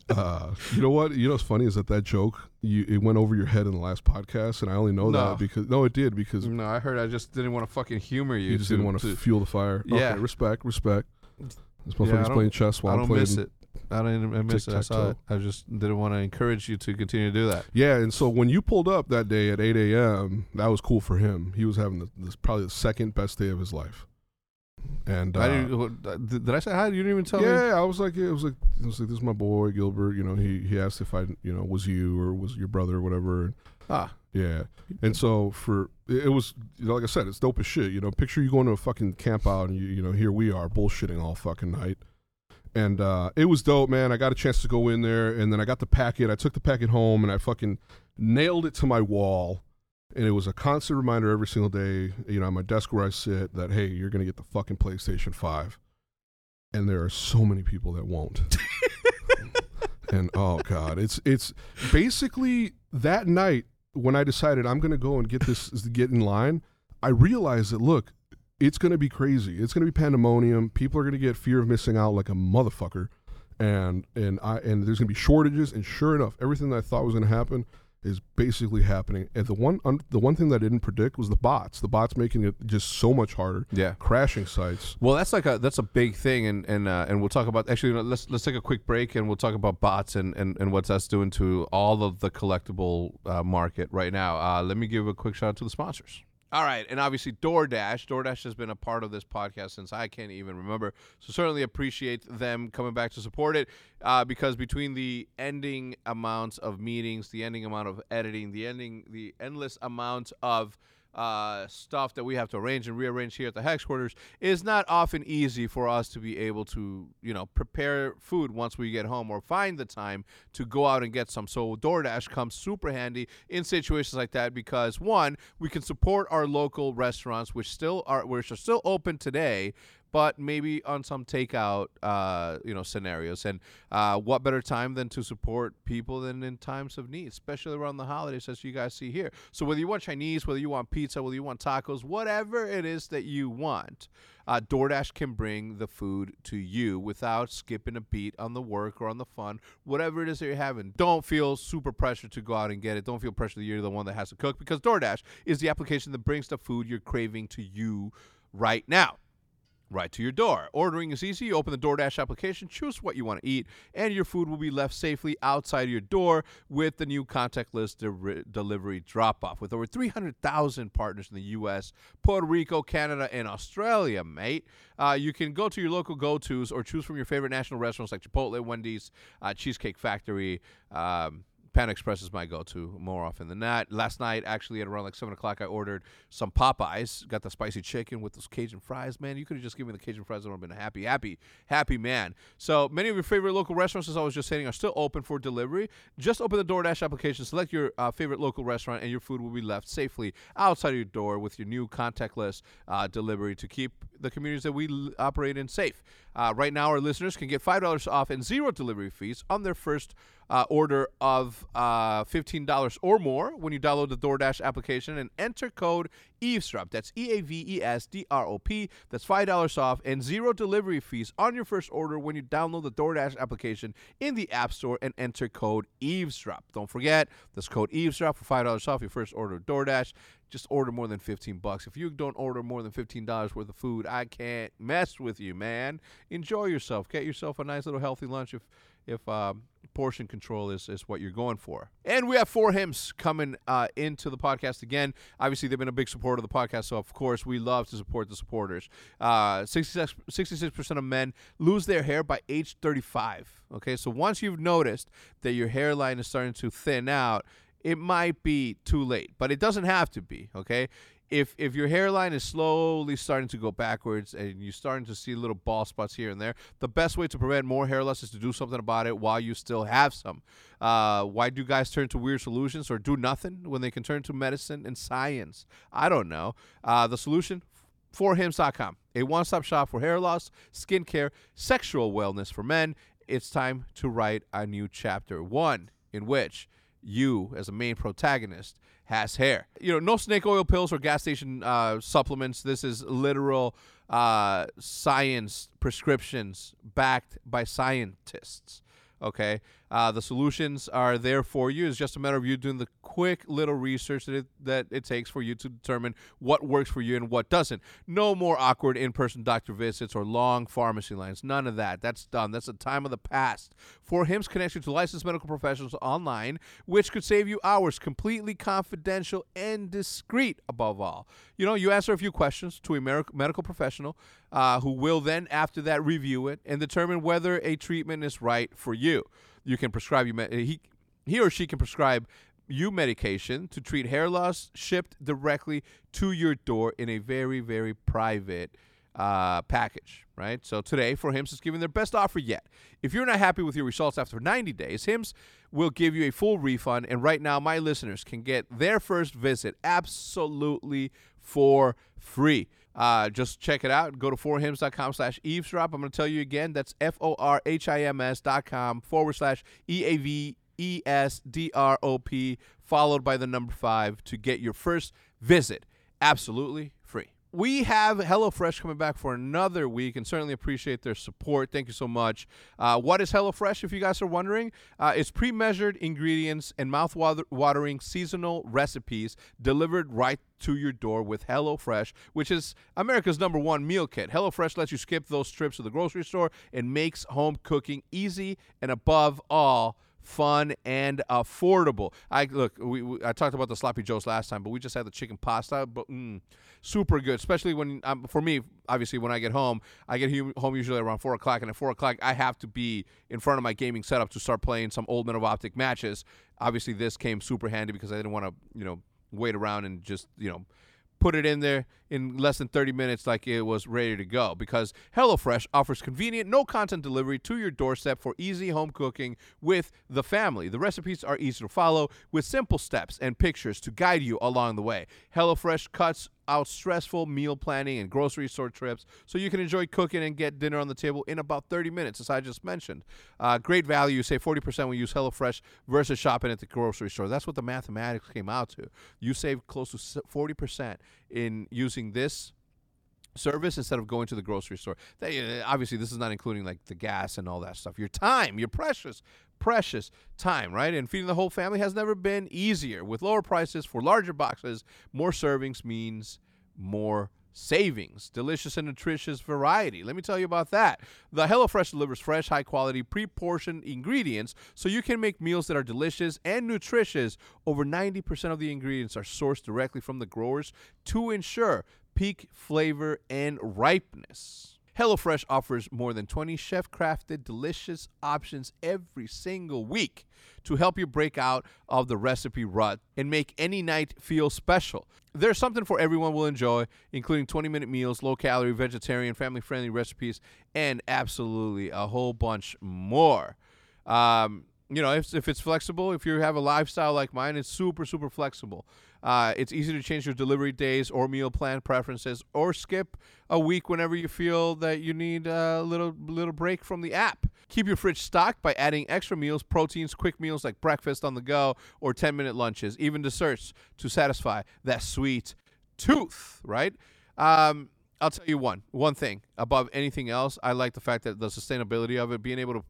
[SPEAKER 2] uh, you know what? You know what's funny is that that joke you it went over your head in the last podcast, and I only know
[SPEAKER 1] No.
[SPEAKER 2] that because no, it did because
[SPEAKER 1] No, I heard. I just didn't want to fucking humor you.
[SPEAKER 2] you just didn't want to fuel the fire.
[SPEAKER 1] Yeah.
[SPEAKER 2] okay, respect, respect. This
[SPEAKER 1] Yeah, I
[SPEAKER 2] motherfucker's
[SPEAKER 1] don't-
[SPEAKER 2] playing chess
[SPEAKER 1] I
[SPEAKER 2] while I'm
[SPEAKER 1] don't
[SPEAKER 2] playing.
[SPEAKER 1] miss it. I don't. I miss it. I saw it.
[SPEAKER 2] Tic-tac-toe.
[SPEAKER 1] I just didn't want to encourage you to continue to do that.
[SPEAKER 2] Yeah, and so when you pulled up that day at 8 a.m., that was cool for him. He was having the, this probably the second best day of his life. And uh,
[SPEAKER 1] I didn't, what- did, did I say hi? You didn't even tell me.
[SPEAKER 2] yeah, I was like, yeah, I was like, I was like, this is my boy Gilbert. You know, he he asked if I, you know, was you or was your brother or whatever. And <laughs>
[SPEAKER 1] Ah,
[SPEAKER 2] yeah, and so for it it was you know, like I said, it's dope as shit. You know, picture you going to a fucking camp out and you you know here we are bullshitting all fucking night. And uh, it was dope, man. I got a chance to go in there, and then I got the packet. I took the packet home, and I fucking nailed it to my wall. And it was a constant reminder every single day, you know, on my desk where I sit, that hey, you're gonna get the fucking PlayStation Five. And there are so many people that won't. and oh god, it's it's basically that night when I decided I'm going to go and get this get in line, I realized that look, it's going to be crazy. It's going to be pandemonium. People are going to get fear of missing out like a motherfucker, and and I and there's going to be shortages. And sure enough, everything that I thought was going to happen is basically happening. And the one un, the one thing that I didn't predict was the bots. The bots making it just so much harder.
[SPEAKER 1] yeah.
[SPEAKER 2] Crashing sites.
[SPEAKER 1] Well, that's like a that's a big thing, and and uh, and we'll talk about actually. you know, Let's let's take a quick break, and we'll talk about bots and and and what that's doing to all of the collectible uh, market right now. Uh, let me give a quick shout out to the sponsors. All right, and obviously DoorDash. DoorDash has been a part of this podcast since I can't even remember. So certainly appreciate them coming back to support it, uh, because between the ending amounts of meetings, the ending amount of editing, the ending the endless amount of uh, stuff that we have to arrange and rearrange here at the hex quarters is not often easy for us to be able to you know prepare food once we get home or find the time to go out and get some so DoorDash comes super handy in situations like that because one we can support our local restaurants which still are which are still open today but maybe on some takeout, uh, you know, scenarios. And uh, what better time than to support people than in times of need, especially around the holidays, as you guys see here. So whether you want Chinese, whether you want pizza, whether you want tacos, whatever it is that you want, uh, DoorDash can bring the food to you without skipping a beat on the work or on the fun, whatever it is that you're having. Don't feel super pressured to go out and get it. Don't feel pressured that you're the one that has to cook because DoorDash is the application that brings the food you're craving to you right now right to your door. Ordering is easy. You open the DoorDash application, choose what you want to eat, and your food will be left safely outside your door with the new contactless de- delivery drop off. With over 300,000 partners in the U.S., Puerto Rico, Canada, and Australia, mate, uh, you can go to your local go tos or choose from your favorite national restaurants like Chipotle, Wendy's, uh, Cheesecake Factory. Um, Pan Express is my go-to more often than not. Last night, actually, at around like seven o'clock, I ordered some Popeyes. Got the spicy chicken with those Cajun fries. Man, you could have just given me the Cajun fries. I would have been a happy, happy, happy man. So many of your favorite local restaurants, as I was just saying, are still open for delivery. Just open the DoorDash application, select your uh, favorite local restaurant, and your food will be left safely outside of your door with your new contactless uh, delivery to keep the communities that we l- operate in safe. Uh, right now, our listeners can get five dollars off and zero delivery fees on their first uh, order of uh, $15 or more when you download the DoorDash application and enter code eavesdrop. That's E A V E S D R O P. That's $5 off and zero delivery fees on your first order when you download the DoorDash application in the App Store and enter code E eavesdrop. Don't forget, this code E eavesdrop for $5 off your first order of DoorDash. Just order more than 15 bucks. If you don't order more than $15 worth of food, I can't mess with you, man. Enjoy yourself. Get yourself a nice little healthy lunch if if um, portion control is, is what you're going for. And we have four hymns coming uh, into the podcast again. Obviously, they've been a big supporter of the podcast, so of course, we love to support the supporters. Uh, 66, 66% of men lose their hair by age 35. Okay, so once you've noticed that your hairline is starting to thin out, it might be too late, but it doesn't have to be, okay? if if your hairline is slowly starting to go backwards and you're starting to see little bald spots here and there, the best way to prevent more hair loss is to do something about it while you still have some. Uh, why do guys turn to weird solutions or do nothing when they can turn to medicine and science? I don't know. Uh, the solution forhims.com, a one-stop shop for hair loss, skincare, sexual wellness for men. It's time to write a new chapter, one in which you as a main protagonist has hair. You know, no snake oil pills or gas station uh, supplements. This is literal uh, science prescriptions backed by scientists. Okay, uh, the solutions are there for you. It's just a matter of you doing the quick little research that it, that it takes for you to determine what works for you and what doesn't. No more awkward in-person doctor visits or long pharmacy lines. None of that. That's done. That's a time of the past. For Hims connects you to licensed medical professionals online, which could save you hours. Completely confidential and discreet, above all. You know, you answer a few questions to a mer- medical professional, uh, who will then, after that, review it and determine whether a treatment is right for you you can prescribe you med- he he or she can prescribe you medication to treat hair loss shipped directly to your door in a very very private uh, package, right? So today, for Hims, is giving their best offer yet. If you're not happy with your results after 90 days, Hims will give you a full refund. And right now, my listeners can get their first visit absolutely for free. Uh, just check it out. Go to forhims.com slash eavesdrop. I'm going to tell you again. That's F-O-R-H-I-M-S dot com forward slash E E-A-V-E-S-D-R-O-P followed by the number five to get your first visit absolutely free. We have HelloFresh coming back for another week and certainly appreciate their support. Thank you so much. Uh, what is HelloFresh, if you guys are wondering? Uh, it's pre measured ingredients and mouth watering seasonal recipes delivered right to your door with HelloFresh, which is America's number one meal kit. HelloFresh lets you skip those trips to the grocery store and makes home cooking easy and above all, fun and affordable. I look, we, we I talked about the sloppy joes last time, but we just had the chicken pasta, but mm, super good. Especially when um, for me, obviously, when I get home, I get hu- home usually around four o'clock, and at four o'clock, I have to be in front of my gaming setup to start playing some old men of optic matches. Obviously, this came super handy because I didn't want to, you know, wait around and just, you know put it in there in less than 30 minutes like it was ready to go because HelloFresh offers convenient, no content delivery to your doorstep for easy home cooking with the family. The recipes are easy to follow with simple steps and pictures to guide you along the way. HelloFresh cuts out stressful meal planning and grocery store trips so you can enjoy cooking and get dinner on the table in about 30 minutes, as I just mentioned. Uh, great value, say 40% when you use HelloFresh versus shopping at the grocery store. That's what the mathematics came out to. You save close to 40% in using this service instead of going to the grocery store. They, uh, obviously, this is not including like the gas and all that stuff. Your time, your precious, precious time, right? And feeding the whole family has never been easier. With lower prices for larger boxes, more servings means more savings. Delicious and nutritious variety. Let me tell you about that. The HelloFresh delivers fresh, high quality, pre portioned ingredients so you can make meals that are delicious and nutritious. Over 90% of the ingredients are sourced directly from the growers to ensure peak flavor and ripeness. HelloFresh offers more than 20 chef crafted delicious options every single week to help you break out of the recipe rut and make any night feel special. There's something for everyone will enjoy, including 20 minute meals, low calorie, vegetarian, family friendly recipes, and absolutely a whole bunch more. Um, you know, if, if it's flexible, if you have a lifestyle like mine, it's super, super flexible. Uh, it's easy to change your delivery days or meal plan preferences, or skip a week whenever you feel that you need a little little break from the app. Keep your fridge stocked by adding extra meals, proteins, quick meals like breakfast on the go, or 10 minute lunches, even desserts to satisfy that sweet tooth. Right? Um, I'll tell you one one thing above anything else. I like the fact that the sustainability of it, being able to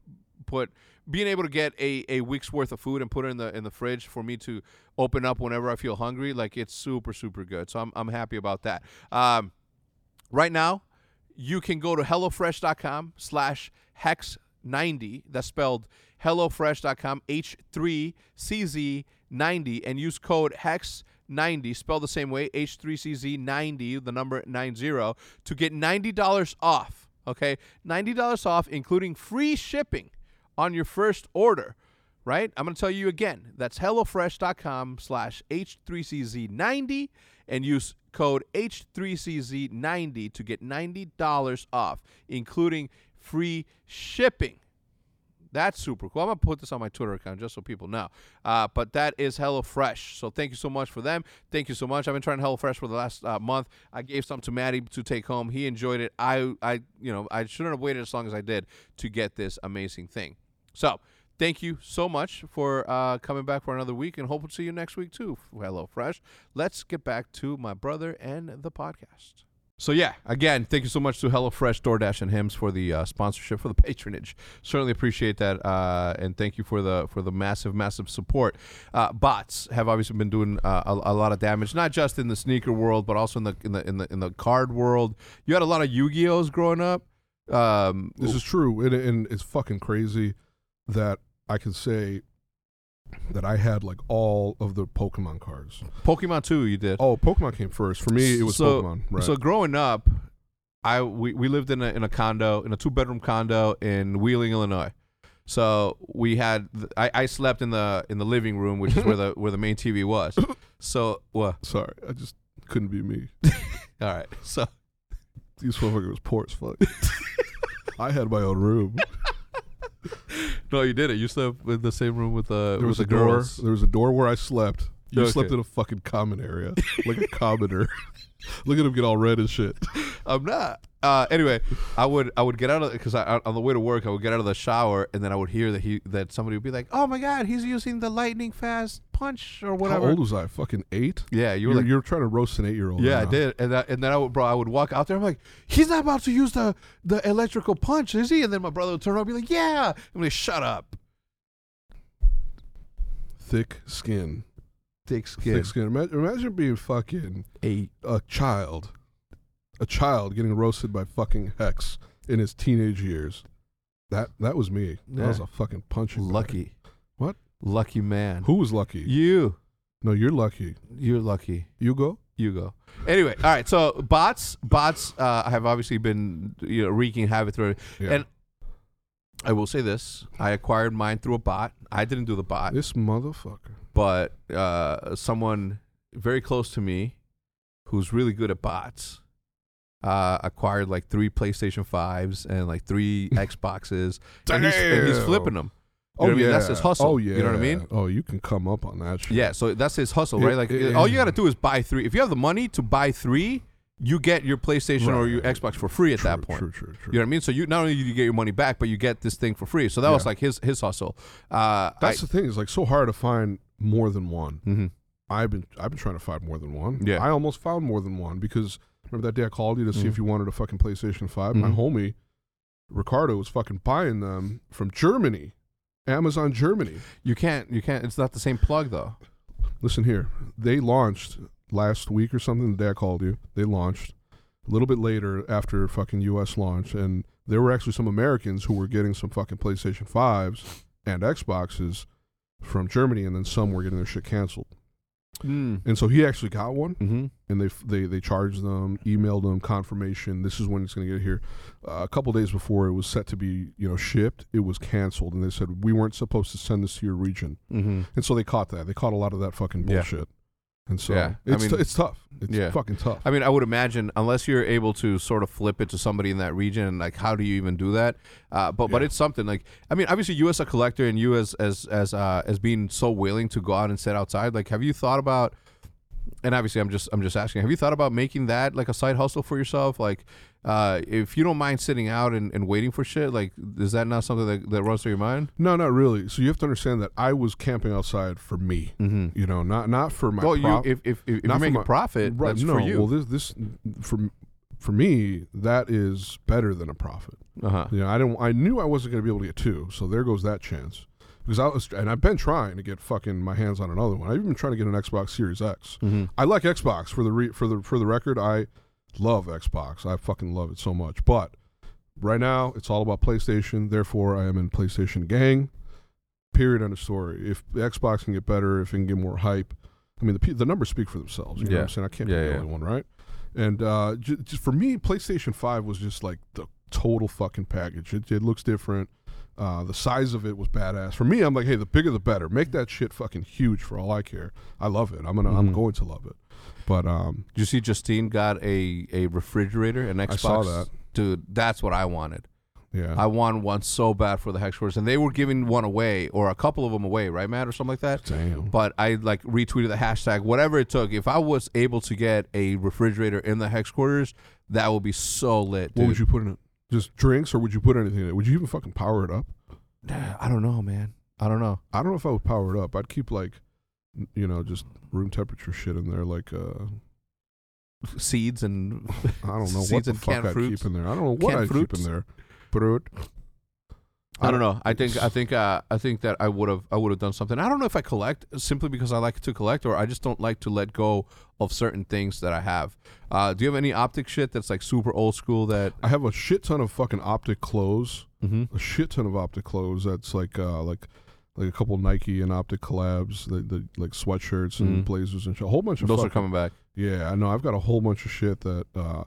[SPEAKER 1] put being able to get a, a week's worth of food and put it in the in the fridge for me to open up whenever I feel hungry, like it's super super good. So I'm I'm happy about that. Um, right now, you can go to hellofresh.com slash hex 90 that's spelled hellofresh.com h3cz90 and use code hex 90 spelled the same way h3cz90 the number 90 to get $90 off okay $90 off including free shipping on your first order right i'm going to tell you again that's hellofresh.com slash h3cz90 and use code h3cz90 to get $90 off including free shipping that's super cool. I'm gonna put this on my Twitter account just so people know. Uh, but that is HelloFresh. So thank you so much for them. Thank you so much. I've been trying HelloFresh for the last uh, month. I gave some to Maddie to take home. He enjoyed it. I, I, you know, I shouldn't have waited as long as I did to get this amazing thing. So thank you so much for uh, coming back for another week, and hope to see you next week too. HelloFresh. Let's get back to my brother and the podcast. So yeah, again, thank you so much to HelloFresh, DoorDash, and Hims for the uh, sponsorship, for the <laughs> patronage. Certainly appreciate that, uh, and thank you for the for the massive, massive support. Uh, bots have obviously been doing uh, a, a lot of damage, not just in the sneaker world, but also in the in the in the, in the card world. You had a lot of Yu-Gi-Ohs growing up. Um,
[SPEAKER 2] This is true, and, and it's fucking crazy that I can say that I had like all of the Pokemon cards.
[SPEAKER 1] Pokemon Two, you did.
[SPEAKER 2] Oh, Pokemon came first for me. It was
[SPEAKER 1] So-
[SPEAKER 2] Pokemon, right?
[SPEAKER 1] So growing up, I we, we lived in a in a condo in a two bedroom condo in Wheeling, Illinois. So we had th- I, I slept in the in the living room, which is where the where the main TV
[SPEAKER 2] <laughs>
[SPEAKER 1] was. So well,
[SPEAKER 2] Sorry, I just couldn't be me.
[SPEAKER 1] all right.
[SPEAKER 2] <laughs>
[SPEAKER 1] So
[SPEAKER 2] These motherfuckers was poor
[SPEAKER 1] <laughs>
[SPEAKER 2] as fuck. I had my own room.
[SPEAKER 1] no, you did it. You slept in the same room with the
[SPEAKER 2] There
[SPEAKER 1] with
[SPEAKER 2] was
[SPEAKER 1] the
[SPEAKER 2] a door.
[SPEAKER 1] girls.
[SPEAKER 2] There was a door where I slept. You
[SPEAKER 1] Okay.
[SPEAKER 2] slept in a fucking
[SPEAKER 1] <laughs>
[SPEAKER 2] common area, like a commoner. <laughs> Look at him get all red and shit.
[SPEAKER 1] I'm not. Uh, anyway, I would I would get out of because I on the way to work I would get out of the shower and then I would hear that he that somebody would be like, oh my god, he's using the lightning fast punch or whatever.
[SPEAKER 2] How old was I? Fucking eight.
[SPEAKER 1] Yeah, you
[SPEAKER 2] You
[SPEAKER 1] were
[SPEAKER 2] were
[SPEAKER 1] like.
[SPEAKER 2] you're, trying to roast an eight year old.
[SPEAKER 1] Yeah, I did, and I, and then I would, bro, I would walk out there. I'm like, he's not about to use the the electrical punch, is he? And then my brother would turn around and be like, yeah. I'm like, shut up,
[SPEAKER 2] Thick skin.
[SPEAKER 1] thick skin.
[SPEAKER 2] Thick skin. Ima- imagine being fucking
[SPEAKER 1] Eight.
[SPEAKER 2] a child, a child getting roasted by fucking Hex in his teenage years. That that was me. That
[SPEAKER 1] Yeah.
[SPEAKER 2] was a fucking punching. bag.
[SPEAKER 1] Lucky.
[SPEAKER 2] What?
[SPEAKER 1] Lucky man.
[SPEAKER 2] Who was lucky?
[SPEAKER 1] You.
[SPEAKER 2] no, you're lucky.
[SPEAKER 1] You're lucky.
[SPEAKER 2] You go.
[SPEAKER 1] You go. Anyway, all right. So bots, bots uh, have obviously been you know wreaking havoc through.
[SPEAKER 2] Yeah.
[SPEAKER 1] And I will say this: I acquired mine through a bot. I didn't do the bot,
[SPEAKER 2] this motherfucker.
[SPEAKER 1] but uh, someone very close to me, who's really good at bots, uh, acquired like three PlayStation fives and like three
[SPEAKER 2] <laughs>
[SPEAKER 1] Xboxes, and, he's, and he's
[SPEAKER 2] Damn.
[SPEAKER 1] flipping them. You know what I mean? That's his hustle.
[SPEAKER 2] Oh yeah.
[SPEAKER 1] You know what I mean?
[SPEAKER 2] Oh, you can come up on that shit.
[SPEAKER 1] Yeah, so that's his hustle,
[SPEAKER 2] Yeah,
[SPEAKER 1] right? Like
[SPEAKER 2] yeah,
[SPEAKER 1] all you
[SPEAKER 2] yeah.
[SPEAKER 1] got to do is buy 3. If you have the money to buy 3, you get your PlayStation or
[SPEAKER 2] Right.
[SPEAKER 1] your Xbox for free at
[SPEAKER 2] True,
[SPEAKER 1] that point.
[SPEAKER 2] True, true, true.
[SPEAKER 1] You know what I mean? So you not only do you get your money back, but you get this thing for free. So that was
[SPEAKER 2] Yeah.
[SPEAKER 1] like his his hustle. Uh,
[SPEAKER 2] That's the thing. It's like so hard to find more than one.
[SPEAKER 1] hmm
[SPEAKER 2] I've been I've been trying to find more than one.
[SPEAKER 1] Yeah.
[SPEAKER 2] I almost found more than one because remember that day I called you to see
[SPEAKER 1] Mhm.
[SPEAKER 2] if you wanted a fucking PlayStation 5 My
[SPEAKER 1] Mhm.
[SPEAKER 2] homie Ricardo was fucking buying them from Germany, Amazon Germany.
[SPEAKER 1] You can't you can't. It's not the same plug though.
[SPEAKER 2] Listen here, they launched last week or something. The day I called you, they launched a little bit later after fucking U.S. launch, and there were actually some Americans who were getting some fucking PlayStation fives and Xboxes from Germany, and then some were getting their shit canceled.
[SPEAKER 1] Mm.
[SPEAKER 2] And so he actually got one.
[SPEAKER 1] hmm
[SPEAKER 2] and they they they charged them,
[SPEAKER 1] Mm-hmm.
[SPEAKER 2] emailed them confirmation. This is when it's going to get here. Uh, a couple days before it was set to be you know shipped, it was canceled, and they said we weren't supposed to send this to your region.
[SPEAKER 1] hmm
[SPEAKER 2] And so they caught that. They caught a lot of that fucking
[SPEAKER 1] Yeah.
[SPEAKER 2] bullshit. And so
[SPEAKER 1] Yeah, I
[SPEAKER 2] it's
[SPEAKER 1] mean-
[SPEAKER 2] t- it's tough. It's
[SPEAKER 1] Yeah.
[SPEAKER 2] fucking tough.
[SPEAKER 1] I mean, I would imagine unless you're able to sort of flip it to somebody in that region, like how do you even do that? Uh, but but
[SPEAKER 2] Yeah.
[SPEAKER 1] it's something. Like I mean, obviously you as a collector and you as as as uh, as being so willing to go out and sit outside. Like, have you thought about and obviously, I'm just I'm just asking. Have you thought about making that like a side hustle for yourself? Like, uh, if you don't mind sitting out and, and waiting for shit, like, is that not something that, that runs through your mind?
[SPEAKER 2] No, not really. So you have to understand that I was camping outside for me.
[SPEAKER 1] Mm-hmm.
[SPEAKER 2] You know, not not for my.
[SPEAKER 1] Well,
[SPEAKER 2] prop-
[SPEAKER 1] you if if, if, if
[SPEAKER 2] not
[SPEAKER 1] you
[SPEAKER 2] for
[SPEAKER 1] make
[SPEAKER 2] my-
[SPEAKER 1] a profit,
[SPEAKER 2] Right,
[SPEAKER 1] that's
[SPEAKER 2] no,
[SPEAKER 1] for you.
[SPEAKER 2] Well, this this for for me that is better than a profit.
[SPEAKER 1] uh-huh.
[SPEAKER 2] You know, I didn't. I knew I wasn't going to be able to get two, so there goes that chance. Because I was, and I've been trying to get fucking my hands on another one. I've been trying to get an Xbox Series X.
[SPEAKER 1] Mhm.
[SPEAKER 2] I like Xbox for the re, for the for the record. I love Xbox. I fucking love it so much. But right now, it's all about PlayStation. Therefore, I am in PlayStation gang. Period. End of story. If the Xbox can get better, if it can get more hype, I mean the pe- the numbers speak for themselves. You know
[SPEAKER 1] Yeah.
[SPEAKER 2] what I'm saying? I can't
[SPEAKER 1] Yeah,
[SPEAKER 2] be the
[SPEAKER 1] yeah.
[SPEAKER 2] only one, right? And uh, j- just for me, PlayStation Five was just like the total fucking package. It, it looks different. Uh, the size of it was badass. For me, I'm like, hey, the bigger the better. Make that shit fucking huge for all I care. I love it. I'm gonna, I'm
[SPEAKER 1] Mhm.
[SPEAKER 2] going to love it. But um,
[SPEAKER 1] Did you see Justine got a, a refrigerator, an Xbox?
[SPEAKER 2] I saw that.
[SPEAKER 1] Dude, that's what I wanted.
[SPEAKER 2] yeah,
[SPEAKER 1] I won one so bad for the Hexwords, and they were giving one away or a couple of them away, right, Matt, or something like that.
[SPEAKER 2] damn.
[SPEAKER 1] But I like retweeted the hashtag, whatever it took. If I was able to get a refrigerator in the hex quarters, that would be so lit,
[SPEAKER 2] What
[SPEAKER 1] dude.
[SPEAKER 2] would you put in it? Just drinks, or would you put anything in it? Would you even fucking power it up?
[SPEAKER 1] <sighs> I don't know, man. I don't know.
[SPEAKER 2] I don't know if I would power it up. I'd keep like, n- you know, just room temperature shit in there, like uh,
[SPEAKER 1] Seeds and
[SPEAKER 2] I don't know what
[SPEAKER 1] Seeds
[SPEAKER 2] the
[SPEAKER 1] and
[SPEAKER 2] fuck
[SPEAKER 1] canned
[SPEAKER 2] I'd
[SPEAKER 1] fruits.
[SPEAKER 2] keep in there. I don't know what
[SPEAKER 1] Canned
[SPEAKER 2] I'd keep
[SPEAKER 1] fruits.
[SPEAKER 2] in there. Fruit.
[SPEAKER 1] I don't know. I think I think uh, I think that I would have I would have done something. I don't know if I collect simply because I like to collect, or I just don't like to let go of certain things that I have. Uh, do you have any optic shit that's like super old school? That
[SPEAKER 2] I have a shit ton of fucking optic clothes.
[SPEAKER 1] mm-hmm.
[SPEAKER 2] a shit ton of optic clothes. That's like uh, like like a couple Nike and optic collabs, the, the like sweatshirts and
[SPEAKER 1] Mm.
[SPEAKER 2] blazers and shit. A whole bunch of
[SPEAKER 1] those are
[SPEAKER 2] fuck-
[SPEAKER 1] coming back.
[SPEAKER 2] Yeah, I know. I've got a whole bunch of shit that uh,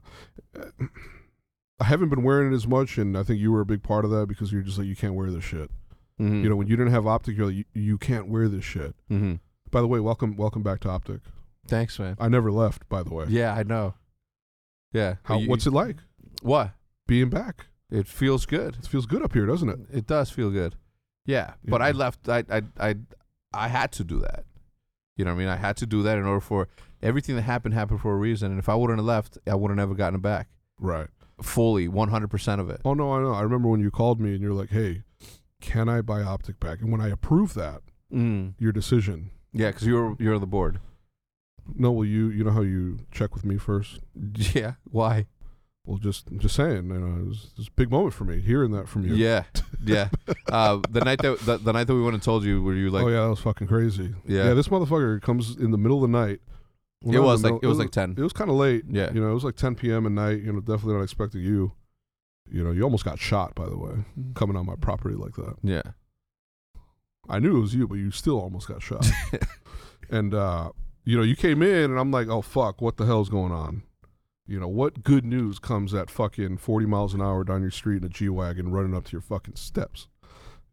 [SPEAKER 2] I haven't been wearing it as much, and I think you were a big part of that because you're just like you can't wear this shit.
[SPEAKER 1] Mm-hmm.
[SPEAKER 2] You know, when you didn't have optic, you're like you, you can't wear this shit.
[SPEAKER 1] mm-hmm.
[SPEAKER 2] By the way, welcome welcome back to optic.
[SPEAKER 1] Thanks, man.
[SPEAKER 2] I never left. By the way,
[SPEAKER 1] Yeah, I know. Yeah.
[SPEAKER 2] How,
[SPEAKER 1] You-
[SPEAKER 2] what's it like
[SPEAKER 1] What?
[SPEAKER 2] being back?
[SPEAKER 1] It feels good.
[SPEAKER 2] It feels good up here, doesn't it?
[SPEAKER 1] Uh, It does feel good. Yeah, but
[SPEAKER 2] Yeah.
[SPEAKER 1] I left. I, I I I had to do that. You know what I mean? I had to do that in order for everything that happened happened for a reason. And if I wouldn't have left, I wouldn't have ever gotten it back
[SPEAKER 2] Right.
[SPEAKER 1] fully, one hundred percent of it.
[SPEAKER 2] Oh no, I know. I remember when you called me and you're like, "Hey, can I buy optic back?" And when I approved that,
[SPEAKER 1] Mm.
[SPEAKER 2] your decision.
[SPEAKER 1] Yeah, because you're you're on the board.
[SPEAKER 2] No, well, you you know how you check with me first.
[SPEAKER 1] <laughs> Yeah. Why?
[SPEAKER 2] Well, just just saying, you know, it was, it was a big moment for me hearing that from you.
[SPEAKER 1] Yeah.
[SPEAKER 2] <laughs>
[SPEAKER 1] Yeah. uh, the night that the, the night that we went and told you, were you like?
[SPEAKER 2] oh yeah, that was fucking crazy.
[SPEAKER 1] yeah.
[SPEAKER 2] Yeah. this motherfucker comes in the middle of the night. Well,
[SPEAKER 1] it
[SPEAKER 2] not in
[SPEAKER 1] was
[SPEAKER 2] the
[SPEAKER 1] like it
[SPEAKER 2] middle-
[SPEAKER 1] was like ten.
[SPEAKER 2] it was kind of late.
[SPEAKER 1] Yeah.
[SPEAKER 2] You know, it was like 10 p.m. at night. You know, definitely not expecting you. You know, you almost got shot by the way, coming on my property like that.
[SPEAKER 1] Yeah.
[SPEAKER 2] I knew it was you, but you still almost
[SPEAKER 1] <laughs>
[SPEAKER 2] got shot. and uh, you know, you came in, and I'm like, oh fuck, what the hell's going on? You know, what good news comes at fucking 40 miles an hour down your street in a G wagon running up to your fucking steps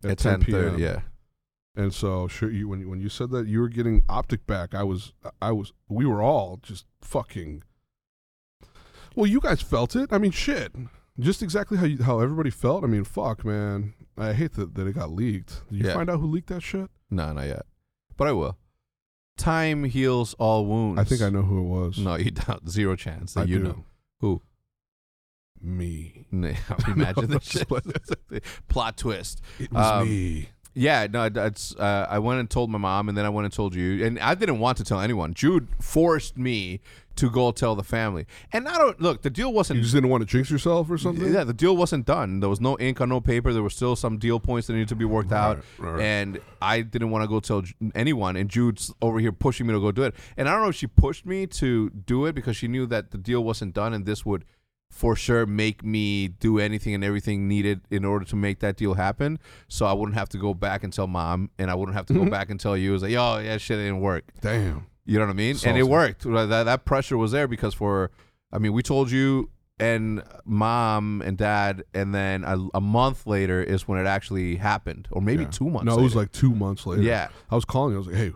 [SPEAKER 1] At ten thirty. Yeah.
[SPEAKER 2] And so, sure, you when you- when you said that you were getting optic back, I was, I was, we were all just fucking. Well, you guys felt it. I mean, shit, just exactly how you, how everybody felt. I mean, fuck, man, I hate that that it got leaked. Did you
[SPEAKER 1] Yeah.
[SPEAKER 2] find out who leaked that shit?
[SPEAKER 1] No, not yet. But I will. Time heals all wounds.
[SPEAKER 2] I think I know who it was.
[SPEAKER 1] No, you don't. <laughs> Zero chance that
[SPEAKER 2] I
[SPEAKER 1] you
[SPEAKER 2] do.
[SPEAKER 1] know. <laughs> Who?
[SPEAKER 2] Me. <laughs>
[SPEAKER 1] Nah, Imagine
[SPEAKER 2] No,
[SPEAKER 1] that shit. <laughs> Plot twist.
[SPEAKER 2] It was
[SPEAKER 1] Um,
[SPEAKER 2] me.
[SPEAKER 1] Yeah, no, it- it's. Uh, I went and told my mom, and then I went and told you, and I didn't want to tell anyone. Jude forced me to go tell the family, and I don't look. The deal wasn't
[SPEAKER 2] You just didn't want to jinx yourself or something?
[SPEAKER 1] Yeah, the deal wasn't done. There was no ink on no paper. There were still some deal points that needed to be worked out,
[SPEAKER 2] right, right.
[SPEAKER 1] and I didn't want to go tell Ju- anyone. And Jude's over here pushing me to go do it. And I don't know if she pushed me to do it because she knew that the deal wasn't done, and this would for sure make me do anything and everything needed in order to make that deal happen. So I wouldn't have to go back and tell mom, and I wouldn't have to
[SPEAKER 2] Mm-hmm.
[SPEAKER 1] go back and tell you. It was like, yo, yeah, shit didn't work.
[SPEAKER 2] Damn.
[SPEAKER 1] You know what I mean? And it
[SPEAKER 2] Salsa.
[SPEAKER 1] worked. Like, That, that pressure was there because for, I mean, we told you and mom and dad, and then a, a month later is when it actually happened, or maybe
[SPEAKER 2] Yeah.
[SPEAKER 1] two months.
[SPEAKER 2] No, it was
[SPEAKER 1] later.
[SPEAKER 2] like two months later.
[SPEAKER 1] Yeah.
[SPEAKER 2] I was calling you. I was like, hey,